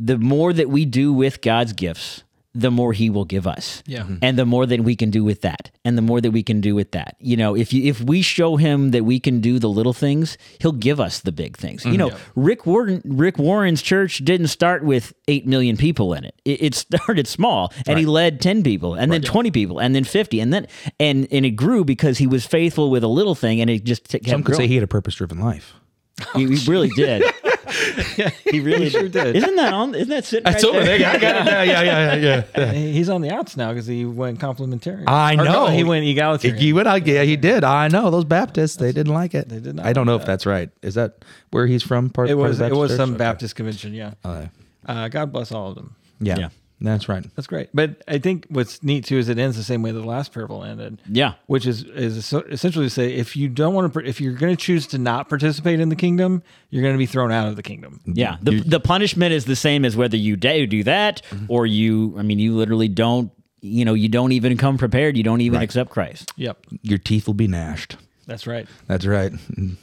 the more that we do with God's gifts, the more he will give us. Yeah. Mm-hmm. Mhm. And the more that we can do with that, and the more that we can do with that. You know, if you if we show him that we can do the little things, he'll give us the big things. Mm-hmm. You know, Rick Warren Rick Warren's church didn't start with 8 million people in it. It, it started small and he led 10 people and then 20 people and then 50 and then and and it grew because he was faithful with a little thing and it just t- kept Some could growing. say he had a purpose-driven life. He, he really did. he really sure did. Isn't that on? Isn't that sitting? That's right over there. I got it now. Yeah, yeah, yeah, yeah. He's on the outs now because he went complimentary. I Or no, know. he went egalitarian. He went. I- Yeah, he did. I know those Baptists. They didn't like it. They did not I don't know if that's right. Is that where he's from? Part. it part of was the it was Baptist some Church? Oh, Baptist convention. Yeah. Okay. Uh, God bless all of them. Yeah. Yeah. That's right. That's great. But I think what's neat too is it ends the same way the last parable ended. Yeah. Which is is es- essentially to say if you don't want to if you're going to choose to not participate in the kingdom, you're going to be thrown out of the kingdom. Yeah, the, the punishment is the same as whether you do do that Mm-hmm. or you. I mean, you literally don't. You know, you don't even come prepared. You don't even accept Christ. Yep. Your teeth will be gnashed. That's right. That's right.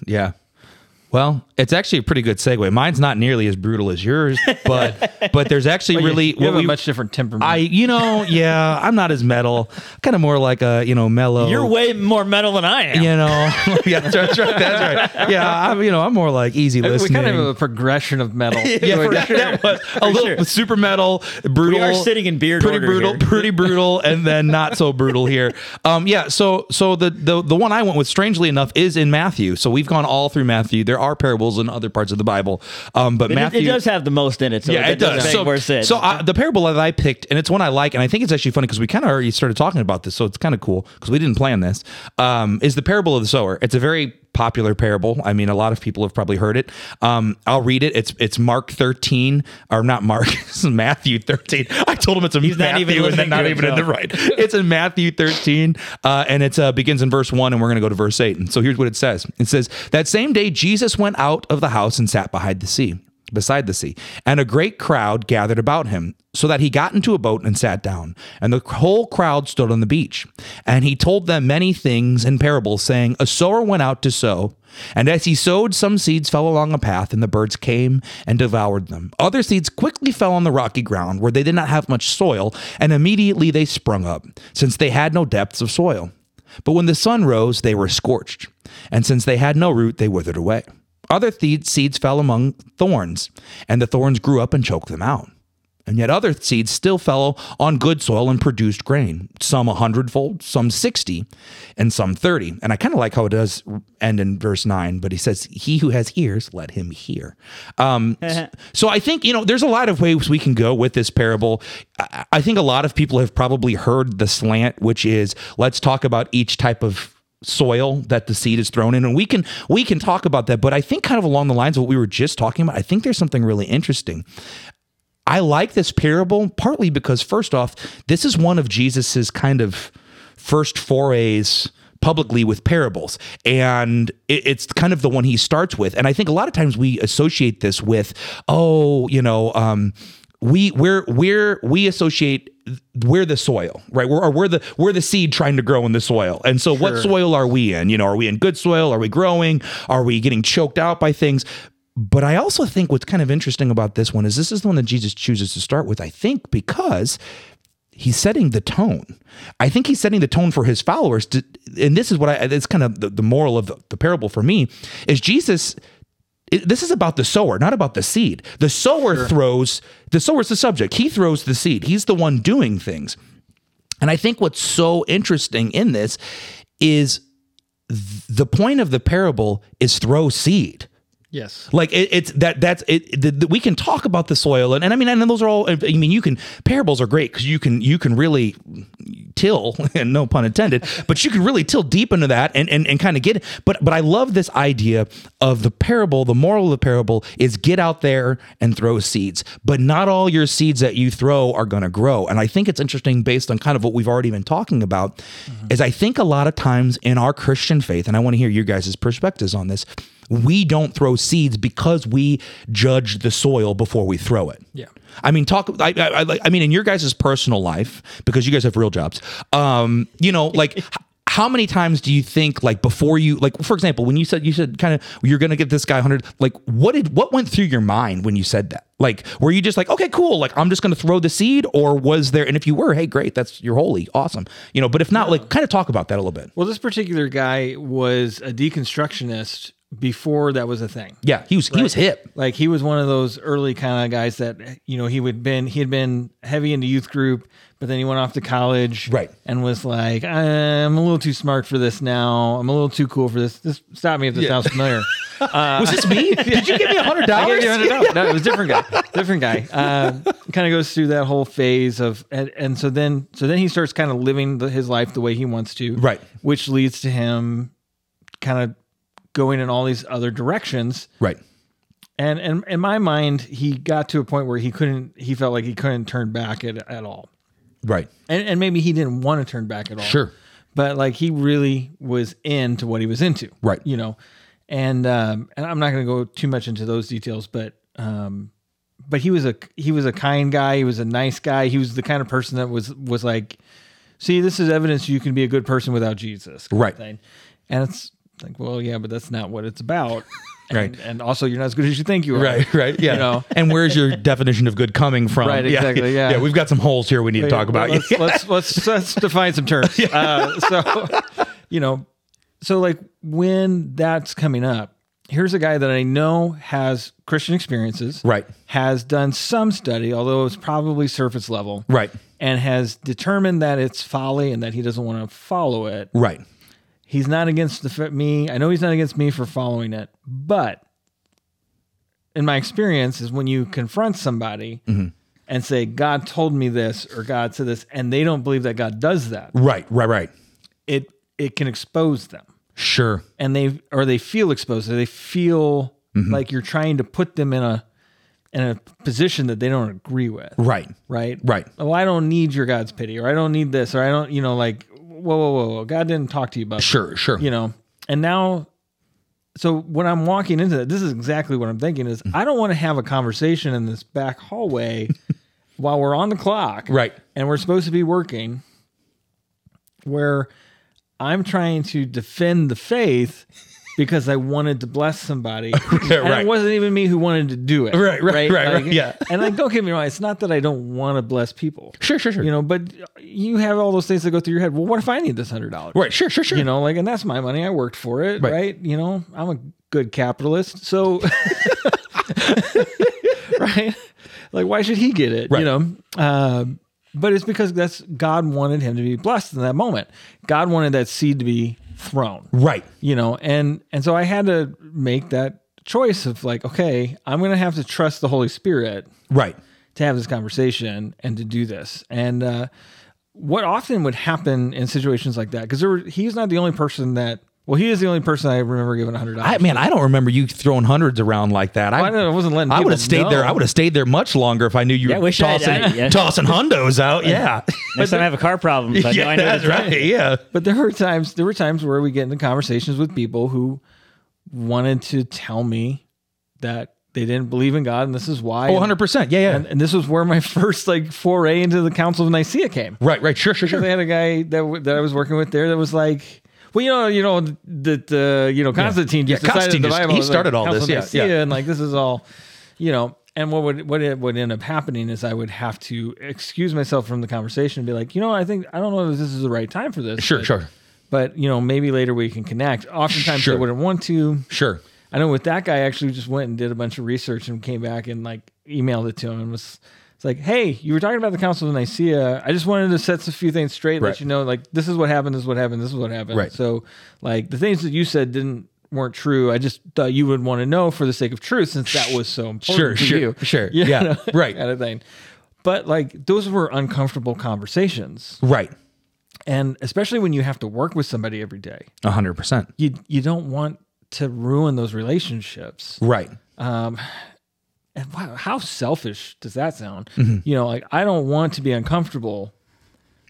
Yeah. Well, it's actually a pretty good segue. Mine's not nearly as brutal as yours, but but there's actually really you have what a we- much different temperament. I you know yeah I'm not as metal, kind of more like a you know mellow. You're way more metal than I am. you know yeah that's right, that's right that's right yeah I'm you know I'm more like easy we listening. kind of have a progression of metal. yeah, that, that was a little super metal, brutal. We are sitting in beard pretty order brutal, here. pretty brutal, and then not so brutal here. Um, yeah, so so the, the the one I went with, strangely enough, is in Matthew. So we've gone all through Matthew. There are parables in other parts of the Bible, um, but It- Matthew It, does have the most in it. So yeah, it does. Make So, more sense. so I, the parable that I picked, and it's one I like, and I think it's actually funny because we kind of already started talking about this, so it's kind of cool because we didn't plan this. Um, is the parable of the sower? It's a very popular parable. I mean, a lot of people have probably heard it. Um, I'll read it. It's it's Mark thirteen, or not Mark. this is Matthew thirteen. I told him it's a He's not Matthew, even and then listening not to even in the himself. right. It's in Matthew thirteen, uh, and it uh, begins in verse one, and we're going to go to verse eight. And so here's what it says. It says that same day Jesus went out of the house and sat behind the sea beside the sea, and a great crowd gathered about him, so that he got into a boat and sat down. And the whole crowd stood on the beach. And he told them many things in parables, saying, A sower went out to sow, and as he sowed, some seeds fell along a path, and the birds came and devoured them. Other seeds quickly fell on the rocky ground, where they did not have much soil, and immediately they sprung up, since they had no depths of soil. But when the sun rose, they were scorched, and since they had no root, they withered away. Other seed- seeds fell among thorns, and the thorns grew up and choked them out. And yet other seeds still fell on good soil and produced grain, some a hundredfold, some 60, and some 30. And I kind of like how it does end in verse 9, but he says, He who has ears, let him hear. Um, s- so I think, you know, there's a lot of ways we can go with this parable. I, I think a lot of people have probably heard the slant, which is let's talk about each type of soil that the seed is thrown in and we can we can talk about that but i think kind of along the lines of what we were just talking about i think there's something really interesting I like this parable partly because, first off, this is one of Jesus's kind of first forays publicly with parables. And it, it's kind of the one he starts with. And I think a lot of times we associate this with, oh, you know, um, we we're we're we associate we're the soil, right? We're or we're the we're the seed trying to grow in the soil. And so what soil are we in? You know, are we in good soil? Are we growing? Are we getting choked out by things? But I also think what's kind of interesting about this one is this is the one that Jesus chooses to start with, I think, because he's setting the tone. I think he's setting the tone for his followers to, and this is what I it's kind of the, the moral of the, the parable for me is Jesus it- this is about the sower, not about the seed. The sower throws, the sower's the subject. He throws the seed. He's the one doing things. And I think what's so interesting in this is th- the point of the parable is throw seed. Yes. Like it, it's that that's it. The, the- we can talk about the soil, and, and I mean, and those are all. I mean, you can parables are great because you can you can really till, and no pun intended, but you can really till deep into that and and, and kind of get. But but I love this idea of the parable. The moral of the parable is get out there and throw seeds, but not all your seeds that you throw are going to grow. And I think it's interesting based on kind of what we've already been talking about. Is I think a lot of times in our Christian faith, and I want to hear your guys' perspectives on this we don't throw seeds because we judge the soil before we throw it. Yeah. I mean, talk. I, I, I- I mean, in your guys' personal life, because you guys have real jobs. Um, you know, like. h- How many times do you think, like before you, like for example, when you said you said kind of you're gonna get this guy 100, like what did what went through your mind when you said that? Like, were you just like, okay, cool, like I'm just gonna throw the seed, or was there? And if you were, hey, great, that's you're holy, awesome, you know. But if not, like, kind of talk about that a little bit. Well, this particular guy was a deconstructionist before that was a thing. Yeah, he was he was hip. Like he was one of those early kind of guys that you know he would been he had been heavy into youth group, but then he went off to college, Right. And was like, I'm a little too smart for this now. I'm a little too cool for this. This stop me if this sounds familiar. was this me? Did you give me a hundred I gave dollars? you a hundred dollars. No, it was a different guy. Different guy. Um, kind of goes through that whole phase of, and, and so then, so then he starts kind of living the, his life the way he wants to, Right. Which leads to him kind of going in all these other directions. Right. And and in my mind, he got to a point where he couldn't. He felt like he couldn't turn back at, at all. Right. And and maybe he didn't want to turn back at all. Sure. But like he really was into what he was into. Right. You know. And um and I'm not going to go too much into those details, but um but he was a he was a kind guy, he was a nice guy. He was the kind of person that was was like see, this is evidence you can be a good person without Jesus. kind of Right. thing. And it's like, well, yeah, but that's not what it's about. Right. And, and also you're not as good as you think you are. Right, right, yeah. You know. And where's your definition of good coming from? Right, exactly, yeah. yeah. We've got some holes here we need to talk about. Let's, let's, let's let's define some terms. Uh, so, you know, so like when that's coming up, here's a guy that I know has Christian experiences, Right. Has done some study, although it's probably surface level, Right, And has determined that it's folly and that he doesn't want to follow it. right, He's not against the f- me. I know he's not against me for following it, but in my experience is when you confront somebody and say God told me this or God said this and they don't believe that God does that, right, right, right. it it can expose them. Sure. And they or they feel exposed. They feel like you're trying to put them in a in a position that they don't agree with. Right, Right? right, Oh, I don't need your God's pity or I don't need this or I don't, you know, like whoa whoa whoa, whoa. God didn't talk to you about that sure, sure. you know and now so when i'm walking into that this is exactly what i'm thinking is i don't want to have a conversation in this back hallway while we're on the clock Right. and we're supposed to be working where i'm trying to defend the faith because i wanted to bless somebody and right. it wasn't even me who wanted to do it Right, right, right, right, Like- yeah. and like don't get me wrong it's not that i don't want to bless people Sure, sure, sure. you know but you have all those things that go through your head well what if i need this hundred dollars right, sure, sure, sure. you know like and that's my money i worked for it Right. right, you know i'm a good capitalist so right like why should he get it Right. you know um, but it's because that's god wanted him to be blessed in that moment god wanted that seed to be thrown right, you know and and so i had to make that choice of like okay i'm gonna have to trust the holy spirit right, to have this conversation and to do this. And uh, what often would happen in situations like that? Because there were, he's not the only person that. Well, he is the only person I remember giving a hundred I dollars. man, I don't remember you throwing hundreds around like that. I, I don't know, I wasn't letting I would have people stayed there. know. I would have stayed there much longer if I knew you Yeah, I were wish I had- tossing, I- yeah. tossing hundos out. Yeah, Next time I have a car problem, but yeah, I know that's the time. right. Yeah, But there were times there were times where we get into conversations with people who wanted to tell me that they didn't believe in God, and this is why. Oh, 100%. Yeah, yeah. And, and this was where my first like foray into the Council of Nicaea came. right, right. Sure, sure, They sure. had a guy that w- that I was working with there that was like, well, you know, you know that uh, you know Constantine Yeah, just decided Constantine the just- Bible. he was, like, started all Council this, of yeah, Nicaea, yeah. and like this is all, you know. And what would what it would end up happening is I would have to excuse myself from the conversation and be like, you know, I think I don't know if this is the right time for this. Sure, but- sure. But you know, maybe later we can connect. Oftentimes Sure. they wouldn't want to. Sure. I know with that guy, I actually just went and did a bunch of research and came back and like emailed it to him and was it's like, hey, you were talking about the Council of Nicaea. I just wanted to set a few things straight, Right. let you know like this is what happened, this is what happened, this is what happened. Right. So like the things that you said didn't weren't true. I just thought you would want to know for the sake of truth, since that was so important to Sure, sure, you. sure. You Yeah, right. Kind of thing. But like those were uncomfortable conversations, Right. and especially when you have to work with somebody every day, 100%. you you don't want to ruin those relationships Right. and wow, how selfish does that sound? Mm-hmm. You know, like I don't want to be uncomfortable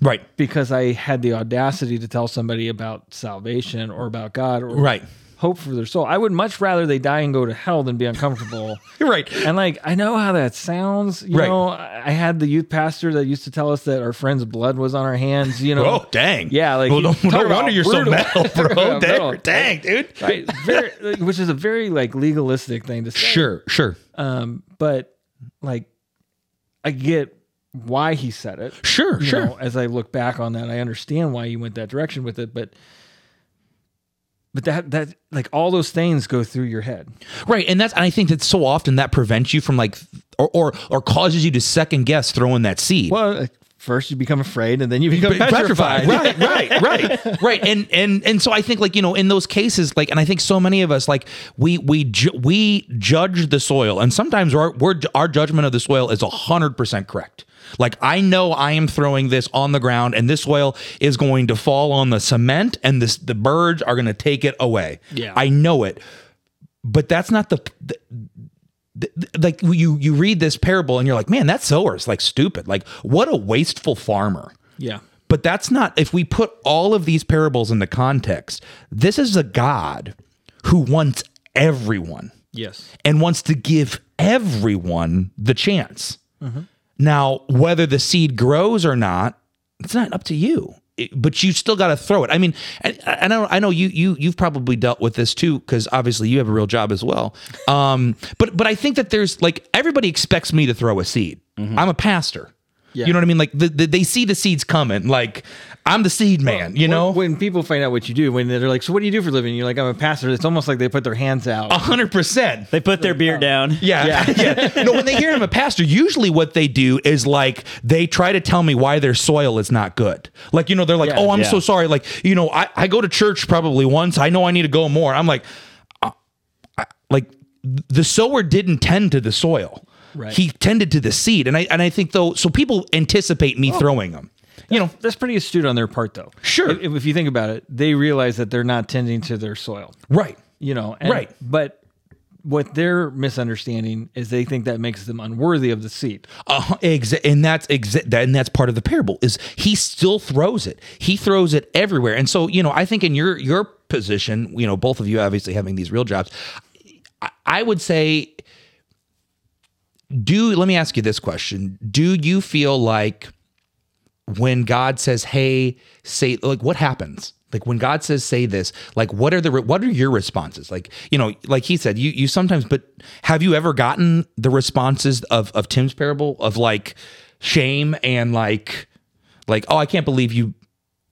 Right. because I had the audacity to tell somebody about salvation or about God or Right. hope for their soul. I would much rather they die and go to hell than be uncomfortable. You're right. and like I know how that sounds. You Right. know, I I had the youth pastor that used to tell us that our friend's blood was on our hands, you know. Oh, dang. Yeah, like, well, you don't, talk no about wonder you're brutal. so metal, bro. About dang, metal. dang, dude. Right. Very, like, which is a very like legalistic thing to say. Sure, sure. Um, but like I get why he said it. Sure, you sure. know, as I look back on that, I understand why you went that direction with it, but but that that like all those things go through your head. Right, and that's and I think that so often that prevents you from like or or, or causes you to second guess throwing that seed. Well, like, first you become afraid, and then you become petrified. petrified. Right, right, right, right. And and and so I think like you know in those cases like and I think so many of us like we we ju- we judge the soil and sometimes our we're, our judgment of the soil is hundred percent correct. Like I know I am throwing this on the ground and this soil is going to fall on the cement and this the birds are going to take it away. Yeah. I know it. But that's not the, the th- th- like you you read this parable and you're like man that sower is like stupid like what a wasteful farmer Yeah. but that's not, if we put all of these parables into context, this is a God who wants everyone Yes. and wants to give everyone the chance. Now, whether the seed grows or not, it's not up to you. It- but you still got to throw it. I mean, and, and I know, I know you you you've probably dealt with this too, because obviously you have a real job as well. Um, but but I think that there's like everybody expects me to throw a seed. I'm a pastor. You know what I mean? Like the, the, they see the seeds coming. Like I'm the seed man. you know, when people find out what you do, when they're like, "So what do you do for a living?" You're like, "I'm a pastor." It's almost like they put their hands out. hundred percent. They put their beer down. Yeah. Yeah. No, when they hear I'm a pastor, usually what they do is like they try to tell me why their soil is not good. Like, you know, they're like, Yeah. oh, I'm Yeah. so sorry. Like, you know, I, I go to church probably once. I know I need to go more. I'm like, uh, I- like the sower didn't tend to the soil. Right. He tended to the seed. And I and I think though, so people anticipate me throwing them. You know, That's pretty astute on their part, though. Sure. If, if you think about it, they realize that they're not tending to their soil. right. you know and- Right. but what they're misunderstanding is they think that makes them unworthy of the seat Uh, exa- and that's exa- that, and that's part of the parable is he still throws it. He throws it everywhere. And so, you know, I think in your your position, you know, both of you obviously having these real jobs, I, I would say do let me ask you this question. Do you feel like when God says, "Hey, say," like what happens? Like when God says, "Say this," like what are the re- what are your responses? Like you know, like he said, you you sometimes, but have you ever gotten the responses of of Tim's parable of like shame and like like oh I can't believe you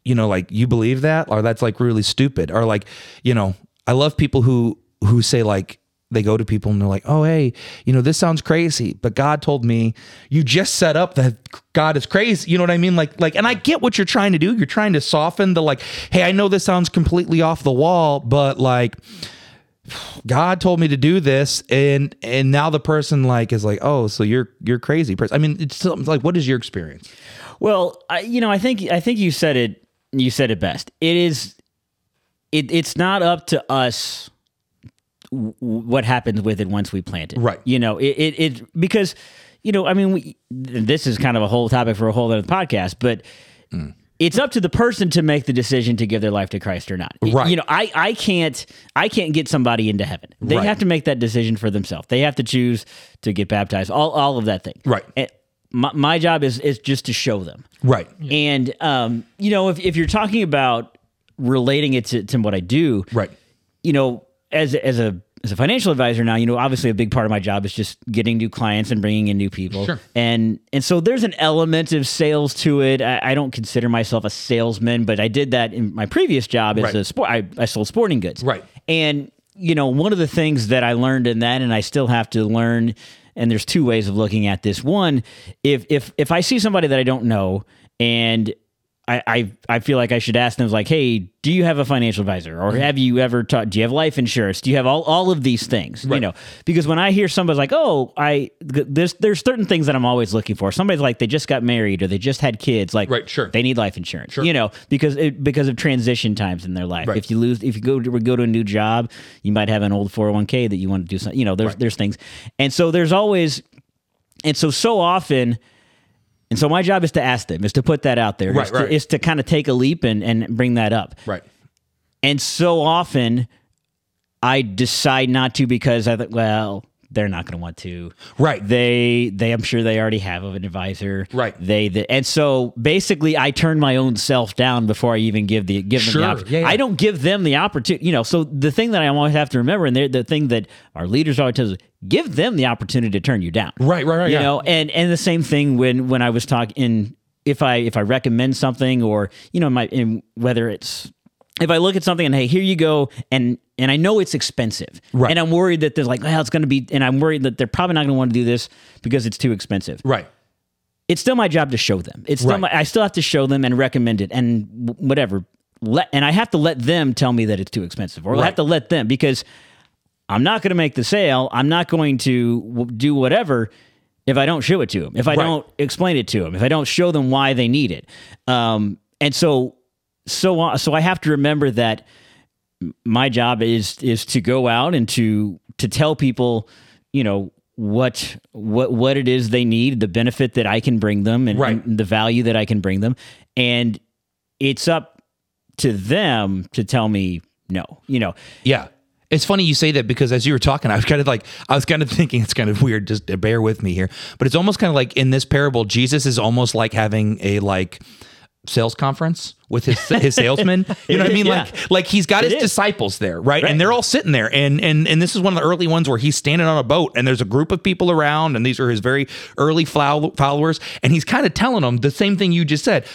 you know like you believe that or that's like really stupid or like you know I love people who who say like they go to people and they're like, "Oh, hey, you know, this sounds crazy, but God told me you just set up that God is crazy." You know what I mean? Like, like, and I get what you're trying to do. You're trying to soften the like, "Hey, I know this sounds completely off the wall, but like, God told me to do this," and and now the person like is like, "Oh, so you're you're crazy person." I mean, it's something like, what is your experience? Well, I, you know, I think I think you said it. You said it best. It is. It, it's not up to us w- what happens with it once we plant it. Right. You know, it it, it Mm. because you know, I mean, we, this is kind of a whole topic for a whole other podcast, but it's up to the person to make the decision to give their life to Christ or not. Y- Right. You know, I, I can't I can't get somebody into heaven. They Right. have to make that decision for themselves. They have to choose to get baptized. All all of that thing. Right. And my, my job is is just to show them. Right. And um, you know, if if you're talking about relating it to, to what I do, Right. you know, as as a as a financial advisor now, you know, obviously a big part of my job is just getting new clients and bringing in new people, Sure. and and so there's an element of sales to it. I, I don't consider myself a salesman, but I did that in my previous job as Right. a sport. I, I sold sporting goods, Right. And you know, one of the things that I learned in that, and I still have to learn, and there's two ways of looking at this. One, if if if I see somebody that I don't know and I, I, I feel like I should ask them like, hey, do you have a financial advisor, or have you ever taught? Do you have life insurance? Do you have all, all of these things? You Right. know, because when I hear somebody's like, oh, I th- there's there's certain things that I'm always looking for. Somebody's like they just got married or they just had kids, like Right, sure. they need life insurance. You know, because it, because of transition times in their life. If you lose, if you go to go to a new job, you might have an old 401k that you want to do something. You know, there's there's things, and so there's always, and so so often. And so my job is to ask them, is to put that out there, is Right, to- right. is to kind of take a leap and, and bring that up. Right. And so often I decide not to because I think, well, they're not going to want to. Right. They, they, I'm sure they already have an advisor. Right. They, the, and so basically I turn my own self down before I even give the, give them Sure. the option. Yeah, yeah. I don't give them the opportunity, you know, so the thing that I always have to remember and they're- the thing that our leaders always tell us, give them the opportunity to turn you down Right. Right. Right. you yeah. know and and the same thing when when i was talking if i if i recommend something or you know my in, whether it's if i look at something and hey here you go and and i know it's expensive Right. and i'm worried that there's like well it's going to be and i'm worried that they're probably not going to want to do this because it's too expensive Right. it's still my job to show them it's still Right. my, i still have to show them and recommend it and w- whatever let and i have to let them tell me that it's too expensive or i have Right. to let them because I'm not going to make the sale. I'm not going to w- do whatever if I don't show it to them, if I Right. don't explain it to them, if I don't show them why they need it. Um, and so, so, on- so I have to remember that m- my job is is to go out and to to tell people, you know what what what it is they need, the benefit that I can bring them, and, Right. and the value that I can bring them, and it's up to them to tell me no. You know, Yeah. It's funny you say that because as you were talking, I was kind of like, I was kind of thinking it's kind of weird, just to bear with me here. But it's almost kind of like in this parable, Jesus is almost like having a like sales conference with his his salesman. You know what I mean? Yeah. Like like he's got his is. disciples there, right? And they're all sitting there. And and and this is one of the early ones where he's standing on a boat and there's a group of people around, and these are his very early flow- followers, and he's kind of telling them the same thing you just said.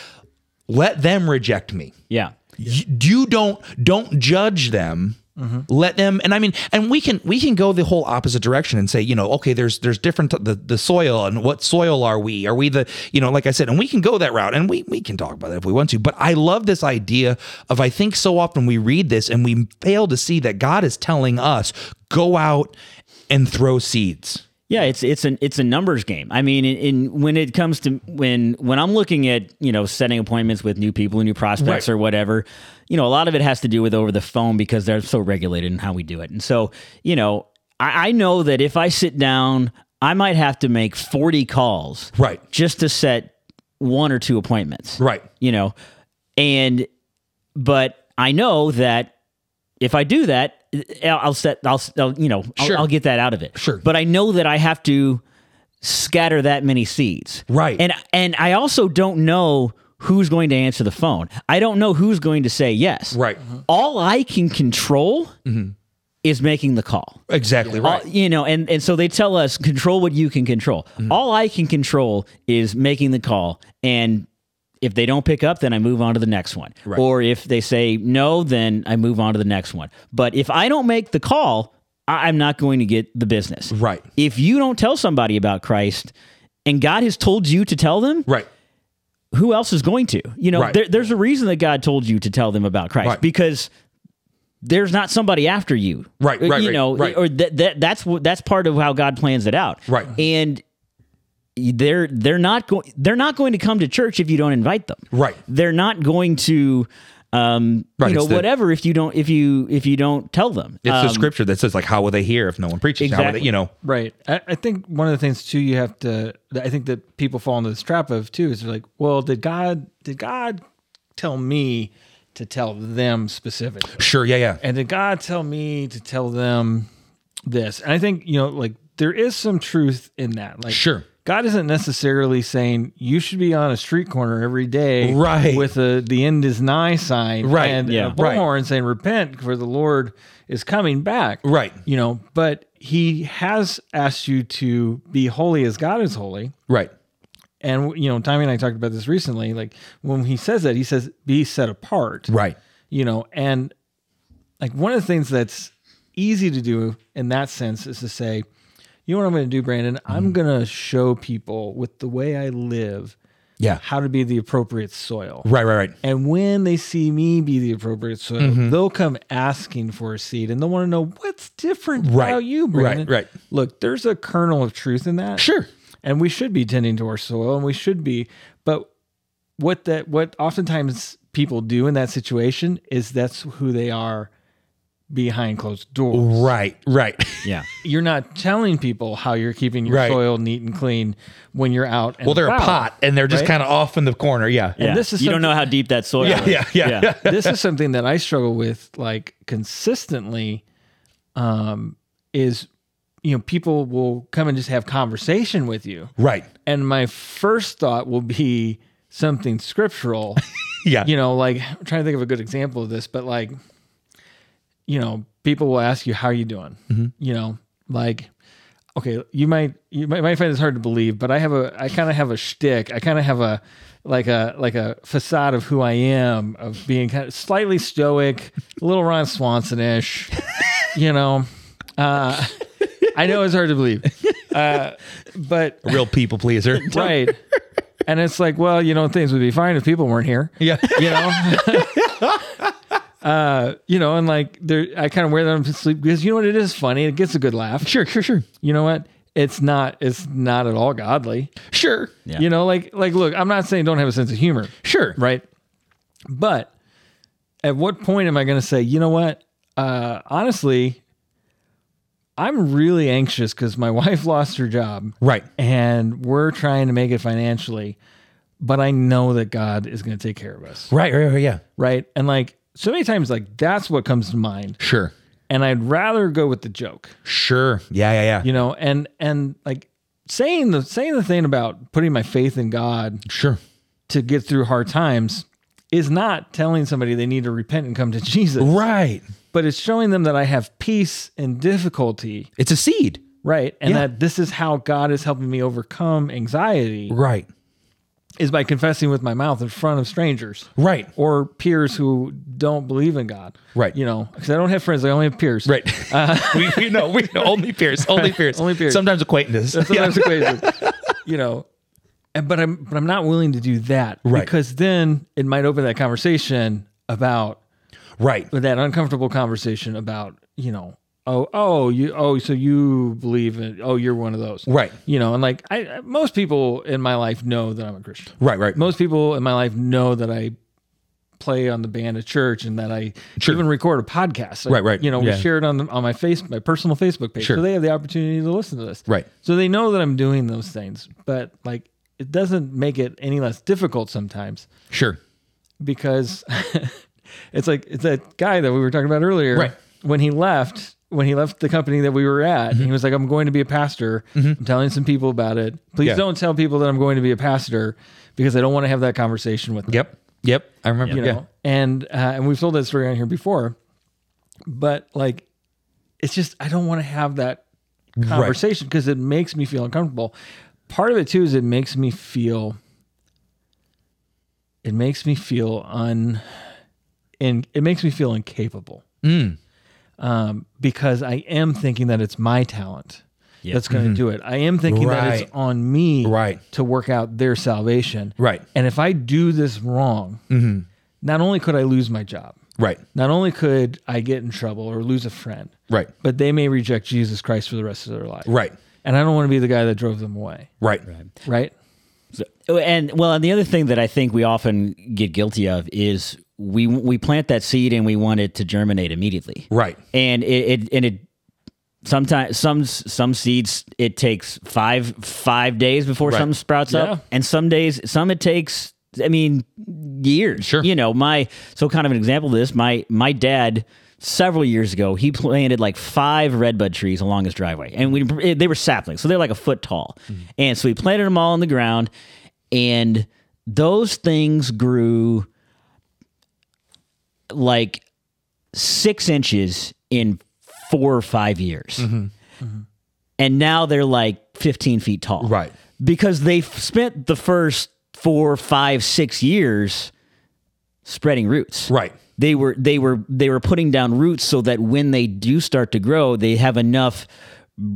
Let them reject me yeah. you, you don't don't judge them let them and i mean and we can we can go the whole opposite direction and say you know okay there's there's different the, the soil and what soil are we are we the you know like i said and we can go that route and we we can talk about that if we want to but i love this idea of i think so often we read this and we fail to see that god is telling us go out and throw seeds Yeah, it's it's an it's a numbers game. I mean, in, in when it comes to when when I'm looking at you know setting appointments with new people, new prospects, Right. or whatever, you know, a lot of it has to do with over the phone because they're so regulated in how we do it. And so, you know, I, I know that if I sit down, I might have to make 40 calls, Right. just to set one or two appointments, right you know and but i know that if i do that i'll, I'll set I'll, I'll you know I'll, Sure. I'll get that out of it Sure. but i know that i have to scatter that many seeds Right. and and i also don't know who's going to answer the phone i don't know who's going to say yes Right. Mm-hmm. all i can control is making the call exactly right all- Uh, you know, and, and so they tell us control what you can control. Mm-hmm. All I can control is making the call. And if they don't pick up, then I move on to the next one. Or if they say no, then I move on to the next one. But if I don't make the call, I- I'm not going to get the business. Right. If you don't tell somebody about Christ and God has told you to tell them, right who else is going to? You know, Right. there, there's a reason that God told you to tell them about Christ Right. because there's not somebody after you, Right, Uh, right, You right, know, right. or that that that's what that's part of how God plans it out, Right. And they're they're not going they're not going to come to church if you don't invite them, Right. They're not going to, um, Right, you know, it's the- whatever if you don't if you if you don't tell them. it's Uh, the scripture that says like how will they hear if no one preaches how will they, Exactly. you know Right. I, I think one of the things too you have to that I think that people fall into this trap of too is they're like, well, did God did God tell me to tell them specifically. Sure. Yeah. Yeah. And did God tell me to tell them this? And I think, you know, like there is some truth in that. Like Sure. God isn't necessarily saying you should be on a street corner every day Right. with a the end is nigh sign Right, and yeah, a right. bullhorn saying repent for the Lord is coming back. Right. You know, but he has asked you to be holy as God is holy Right. and you know tommy and i talked about this recently like when he says that he says be set apart Right. you know and like one of the things that's easy to do in that sense is to say you know what i'm going to do brandon Mm-hmm. i'm going to show people with the way i live Yeah. how to be the appropriate soil Right. Right. Right. and when they see me be the appropriate soil, Mm-hmm. they'll come asking for a seed and they'll want to know what's different Right, about you, right, Brandon. right. Look, there's a kernel of truth in that. Sure. And we should be tending to our soil and we should be, but what that what oftentimes people do in that situation is that's who they are behind closed doors. Right. Right. Yeah. You're not telling people how you're keeping your Right. soil neat and clean when you're out. And Well, they're a about. pot and they're just right? kind of off in the corner. Yeah. yeah. this is you don't something- know how deep that soil Yeah. is. Yeah. Yeah. yeah. this is something that I struggle with like consistently um is you know people will come and just have conversation with you Right. and my first thought will be something scriptural Yeah. you know like I'm trying to think of a good example of this but like you know people will ask you how you doing you know like okay you might you might, might find this hard to believe but I have a I kind of have a shtick I kind of have a like a like a facade of who I am of being kind of slightly stoic a little Ron Swanson ish you know uh I know it's hard to believe uh but Real people pleaser. right and it's like well you know things would be fine if people weren't here Yeah. you know uh you know and like there i kind of wear them to sleep because you know what it is funny it gets a good laugh Sure. Sure. Sure. you know what it's not it's not at all godly Sure. Yeah. you know like like look i'm not saying don't have a sense of humor Sure. right but at what point am i going to say you know what uh honestly i'm really anxious because my wife lost her job Right. and we're trying to make it financially but i know that god is going to take care of us Right. Right. Right. Yeah. right and like so many times like that's what comes to mind Sure. and i'd rather go with the joke Sure. Yeah. Yeah. Yeah. you know and and like saying the saying the thing about putting my faith in god Sure. to get through hard times is not telling somebody they need to repent and come to jesus Right. but it's showing them that i have peace in difficulty It's a seed. right and Yeah. that this is how god is helping me overcome anxiety Right. is by confessing with my mouth in front of strangers Right. or peers who don't believe in God. Right. You know, because I don't have friends. I only have peers. Right. we, we know. We know. Only peers. Only peers. Uh, Only peers. Sometimes acquaintances. Sometimes equations, you know, and, but I'm but I'm not willing to do that Right. because then it might open that conversation about Right. that uncomfortable conversation about you know oh oh you oh so you believe in oh you're one of those Right. you know and like I I- most people in my life know that I'm a Christian Right. Right. most people in my life know that I play on the band at church and that I Sure. even record a podcast. Like, Right, right. You know, Yeah. we share it on the, on my face, my personal Facebook page, Sure. so they have the opportunity to listen to this. Right. So they know that I'm doing those things, but like it doesn't make it any less difficult sometimes Sure. because it's like it's that guy that we were talking about earlier. Right. When he left, when he left the company that we were at, Mm-hmm. he was like, "I'm going to be a pastor. I'm telling some people about it. Please Yeah. don't tell people that I'm going to be a pastor because I don't want to have that conversation with them." Yep. Yep. I remember. You yeah. know, and uh, and we've told that story on here before, but like, it's just I don't want to have that conversation because it makes me feel uncomfortable. Part of it too is it makes me feel it makes me feel un and it makes me feel incapable. Mm. Um, because I am thinking that it's my talent that's going to do it. I am thinking that Mm-hmm. Right. it's on me Right. to work out their salvation. Right. Mm-hmm. And if I do this wrong, not only could I lose my job, Right. not only could I get in trouble or lose a friend, Right. but they may reject Jesus Christ for the rest of their life. Right. And I don't want to be the guy that drove them away. Right. Right. Mm-hmm. So- and well, and the other thing that I think we often get guilty of is we we plant that seed and we want it to germinate immediately. Right. And it, it and it sometimes some some seeds it takes five five days before something sprouts Yeah. up, and some days some it takes I mean, years. Sure. You know, my so kind of an example of this. My my dad several years ago he planted like five redbud trees along his driveway, and we they were saplings, so they're like a foot tall, and so he planted them all in the ground, and those things grew like six inches in four or five years. And now they're like 15 feet tall. Right. Because they f- spent the first four, five, six years spreading roots. Right. They were they were they were putting down roots so that when they do start to grow, they have enough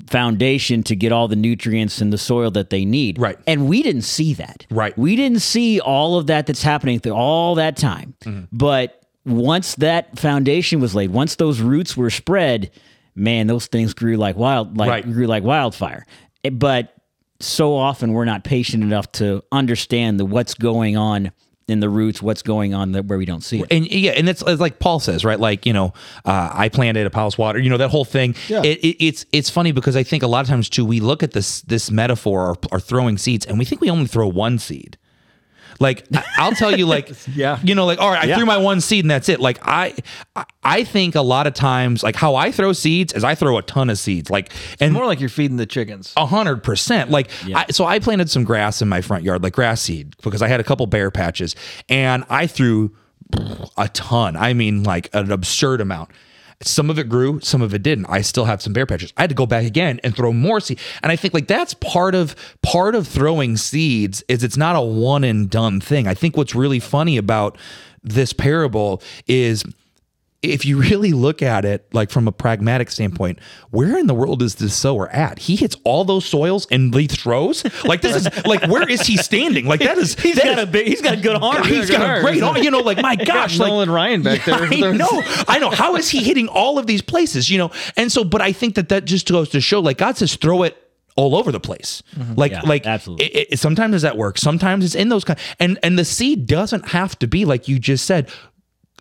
foundation to get all the nutrients in the soil that they need. Right. And we didn't see that. Right. We didn't see all of that that's happening through all that time. Mm-hmm. But once that foundation was laid, once those roots were spread, man, those things grew like wild, like Right. grew like wildfire. Eh, But so often we're not patient enough to understand the what's going on in the roots, what's going on that where we don't see it. and yeah, and it's, it's like Paul says, right? Like you know, uh, I planted a Paul's water. You know that whole thing. Yeah. It, it, it's it's funny because I think a lot of times too we look at this this metaphor or, or throwing seeds and we think we only throw one seed. Like I- I'll tell you, like Yeah. you know, like all right, I Yeah. threw my one seed and that's it. Like I, I- I think a lot of times, like how I throw seeds is I throw a ton of seeds. Like and More like you're feeding the chickens. a hundred percent. Like, I, so I planted some grass in my front yard, like grass seed, because I had a couple bare patches, and I threw a ton. I mean, like an absurd amount. Some of it grew, some of it didn't. I still have some bare patches. I had to go back again and throw more seed. And I think like that's part of part of throwing seeds is it's not a one and done thing. I think what's really funny about this parable is if you really look at it like from a pragmatic standpoint where in the world is this sower at he hits all those soils and he throws like this is like where is he standing like that is He's that got is- a big he's got a good arm. he's got a guard. great arm, you know like my gosh like Nolan Ryan back there. I know. I know. How is he hitting all of these places? You know, and so, but I think that that just goes to show, like God says, throw it all over the place. Mm-hmm. Like, Yeah, like absolutely. It, it, sometimes it's at work. Sometimes it's in those kind. And and the seed doesn't have to be like you just said.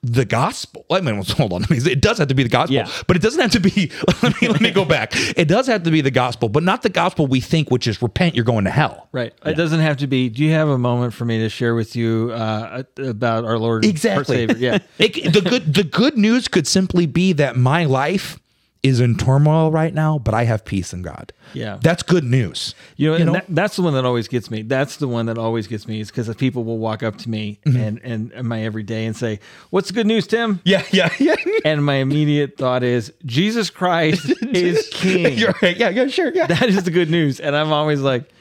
The gospel. I mean, hold on. It does have to be the gospel, Yeah. but it doesn't have to be. Let me let me go back. It does have to be the gospel, but not the gospel we think, which is repent, you're going to hell. Right. It doesn't have to be. Do you have a moment for me to share with you uh, about our Lord and Exactly. Savior? Yeah. It, the good the good news could simply be that my life is in turmoil right now, but I have peace in God. Yeah. That's good news. You know, and know? That, that's the one that always gets me. That's the one that always gets me is because the people will walk up to me Mm-hmm. and, and and my every day and say, "What's the good news, Tim?" Yeah, yeah, yeah. And my immediate thought is, "Jesus Christ is King." You're right. Yeah, yeah, sure. Yeah. that is the good news, and I'm always like,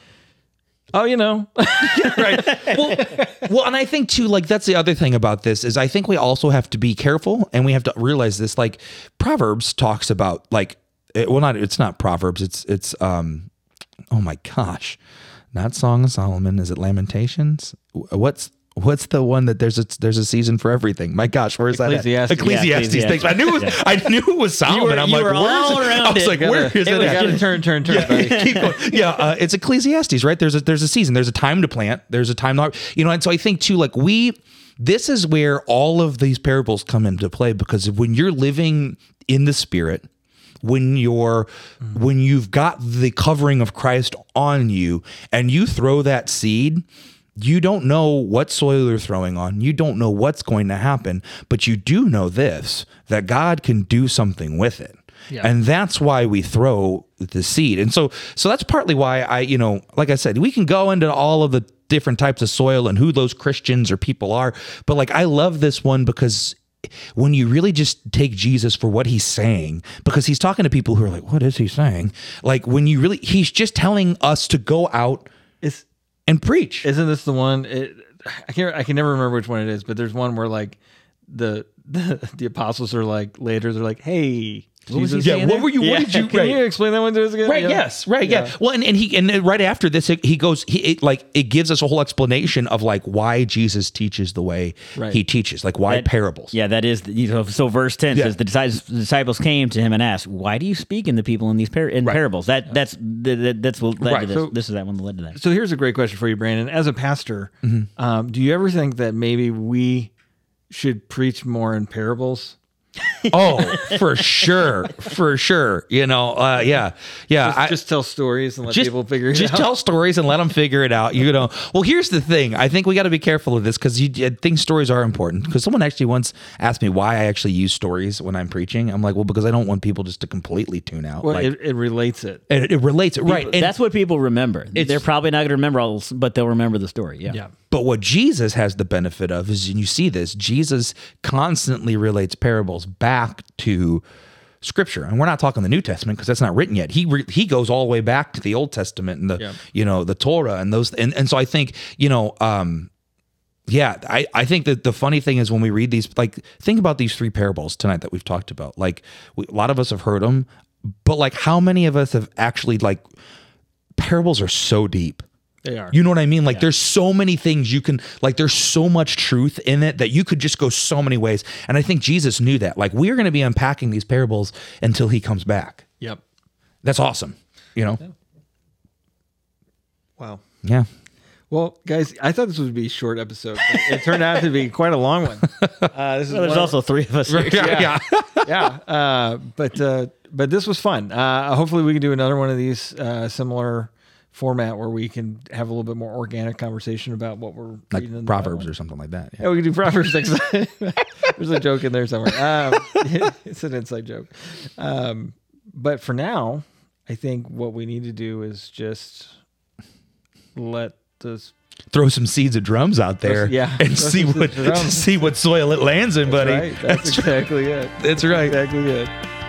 "Oh, you know, right. Well, well, and I think too, like that's the other thing about this is I think we also have to be careful and we have to realize this. Like Proverbs talks about like it, well, not it's not Proverbs. It's it's um oh my gosh, not Song of Solomon. Is it Lamentations? Wh- What's What's the one that there's a there's a season for everything? My gosh, where's that? at? Ecclesiastes. Ecclesiastes. Yeah, Thanks. I knew it was, I knew it was Solomon. were- I'm you like, were where's all it? I around was it. like, gotta- where is it? we at? gotta turn, turn, turn, buddy." Keep going. Yeah, uh, it's Ecclesiastes, right? There's a there's a season. There's a time to plant. There's a time not. You know, and so I think too, like we, this is where all of these parables come into play because when you're living in the spirit, when you're when you've got the covering of Christ on you, and you throw that seed. You don't know what soil you're throwing on. You don't know what's going to happen, but you do know this that God can do something with it. And that's why we throw the seed. And so so that's partly why I, you know, like I said, we can go into all of the different types of soil and who those Christians or people are, but like I love this one because when you really just take Jesus for what he's saying, because he's talking to people who are like, what is he saying? Like when you really he's just telling us to go out It's and preach. isn't this the one it, i can't i can never remember which one it is but there's one where like the the, the apostles are like later they're like hey was he Jesus, yeah, saying what there? were you what did you can right. you explain that one to us again Right. Yeah. Yes. Right. Yeah. Well, and, and he and then right after this, he goes. He it, like it gives us a whole explanation of like why Jesus teaches the way Right. he teaches, like why That- parables. Yeah, that is you know, so. Verse ten Yeah. says the disciples, the disciples came to him and asked, "Why do you speak in the people in these par- in parables?" That that's that, that's what led Right, to this. so- this is that one that led to that. so here's a great question for you brandon as a pastor Mm-hmm. um, do you ever think that maybe we should preach more in parables oh, for sure, for sure. You know, uh, yeah, yeah. Just, I- just tell stories and let people figure it just out. tell stories and let them figure it out. You know. Well, here's the thing. I think we got to be careful of this because you I think stories are important. Because someone actually once asked me why I actually use stories when I'm preaching. I'm like, well, because I don't want people just to completely tune out. well, like, it, it relates it. and it, it relates right. And- That's what people remember. They're probably not going to remember all, but they'll remember the story. Yeah. Yeah. But what Jesus has the benefit of is, and you see this, Jesus constantly relates parables back to Scripture, and we're not talking the New Testament because that's not written yet. He re- he goes all the way back to the Old Testament and the you know the Torah and those, and and so I think you know. um yeah, I, I think that the funny thing is when we read these, like, think about these three parables tonight that we've talked about. Like, we, a lot of us have heard them, but like, how many of us have actually, like, parables are so deep. They are. You know what I mean? Like there's so many things you can like there's so much truth in it that you could just go so many ways. And I think Jesus knew that. Like we're going to be unpacking these parables until he comes back. yep. That's awesome. You know? Wow. Yeah. Well, guys, I thought this would be a short episode. but It turned out to be quite a long one. Uh, this is There's one- also three of us. here. Yeah. yeah, uh, but uh, but this was fun. Uh, hopefully, we can do another one of these uh, similar format where we can have a little bit more organic conversation about what we're Like reading in the proverbs Bible. or something like that. Yeah. Yeah, we can do proverbs next time. There's a joke in there somewhere. Um, it's an inside joke. Um, but for now, I think what we need to do is just let this. Throw some seeds of drums out there yeah. and Throw see some what seeds of drums. see what soil it lands in, buddy. Right? That's exactly it. That's right. Exactly it.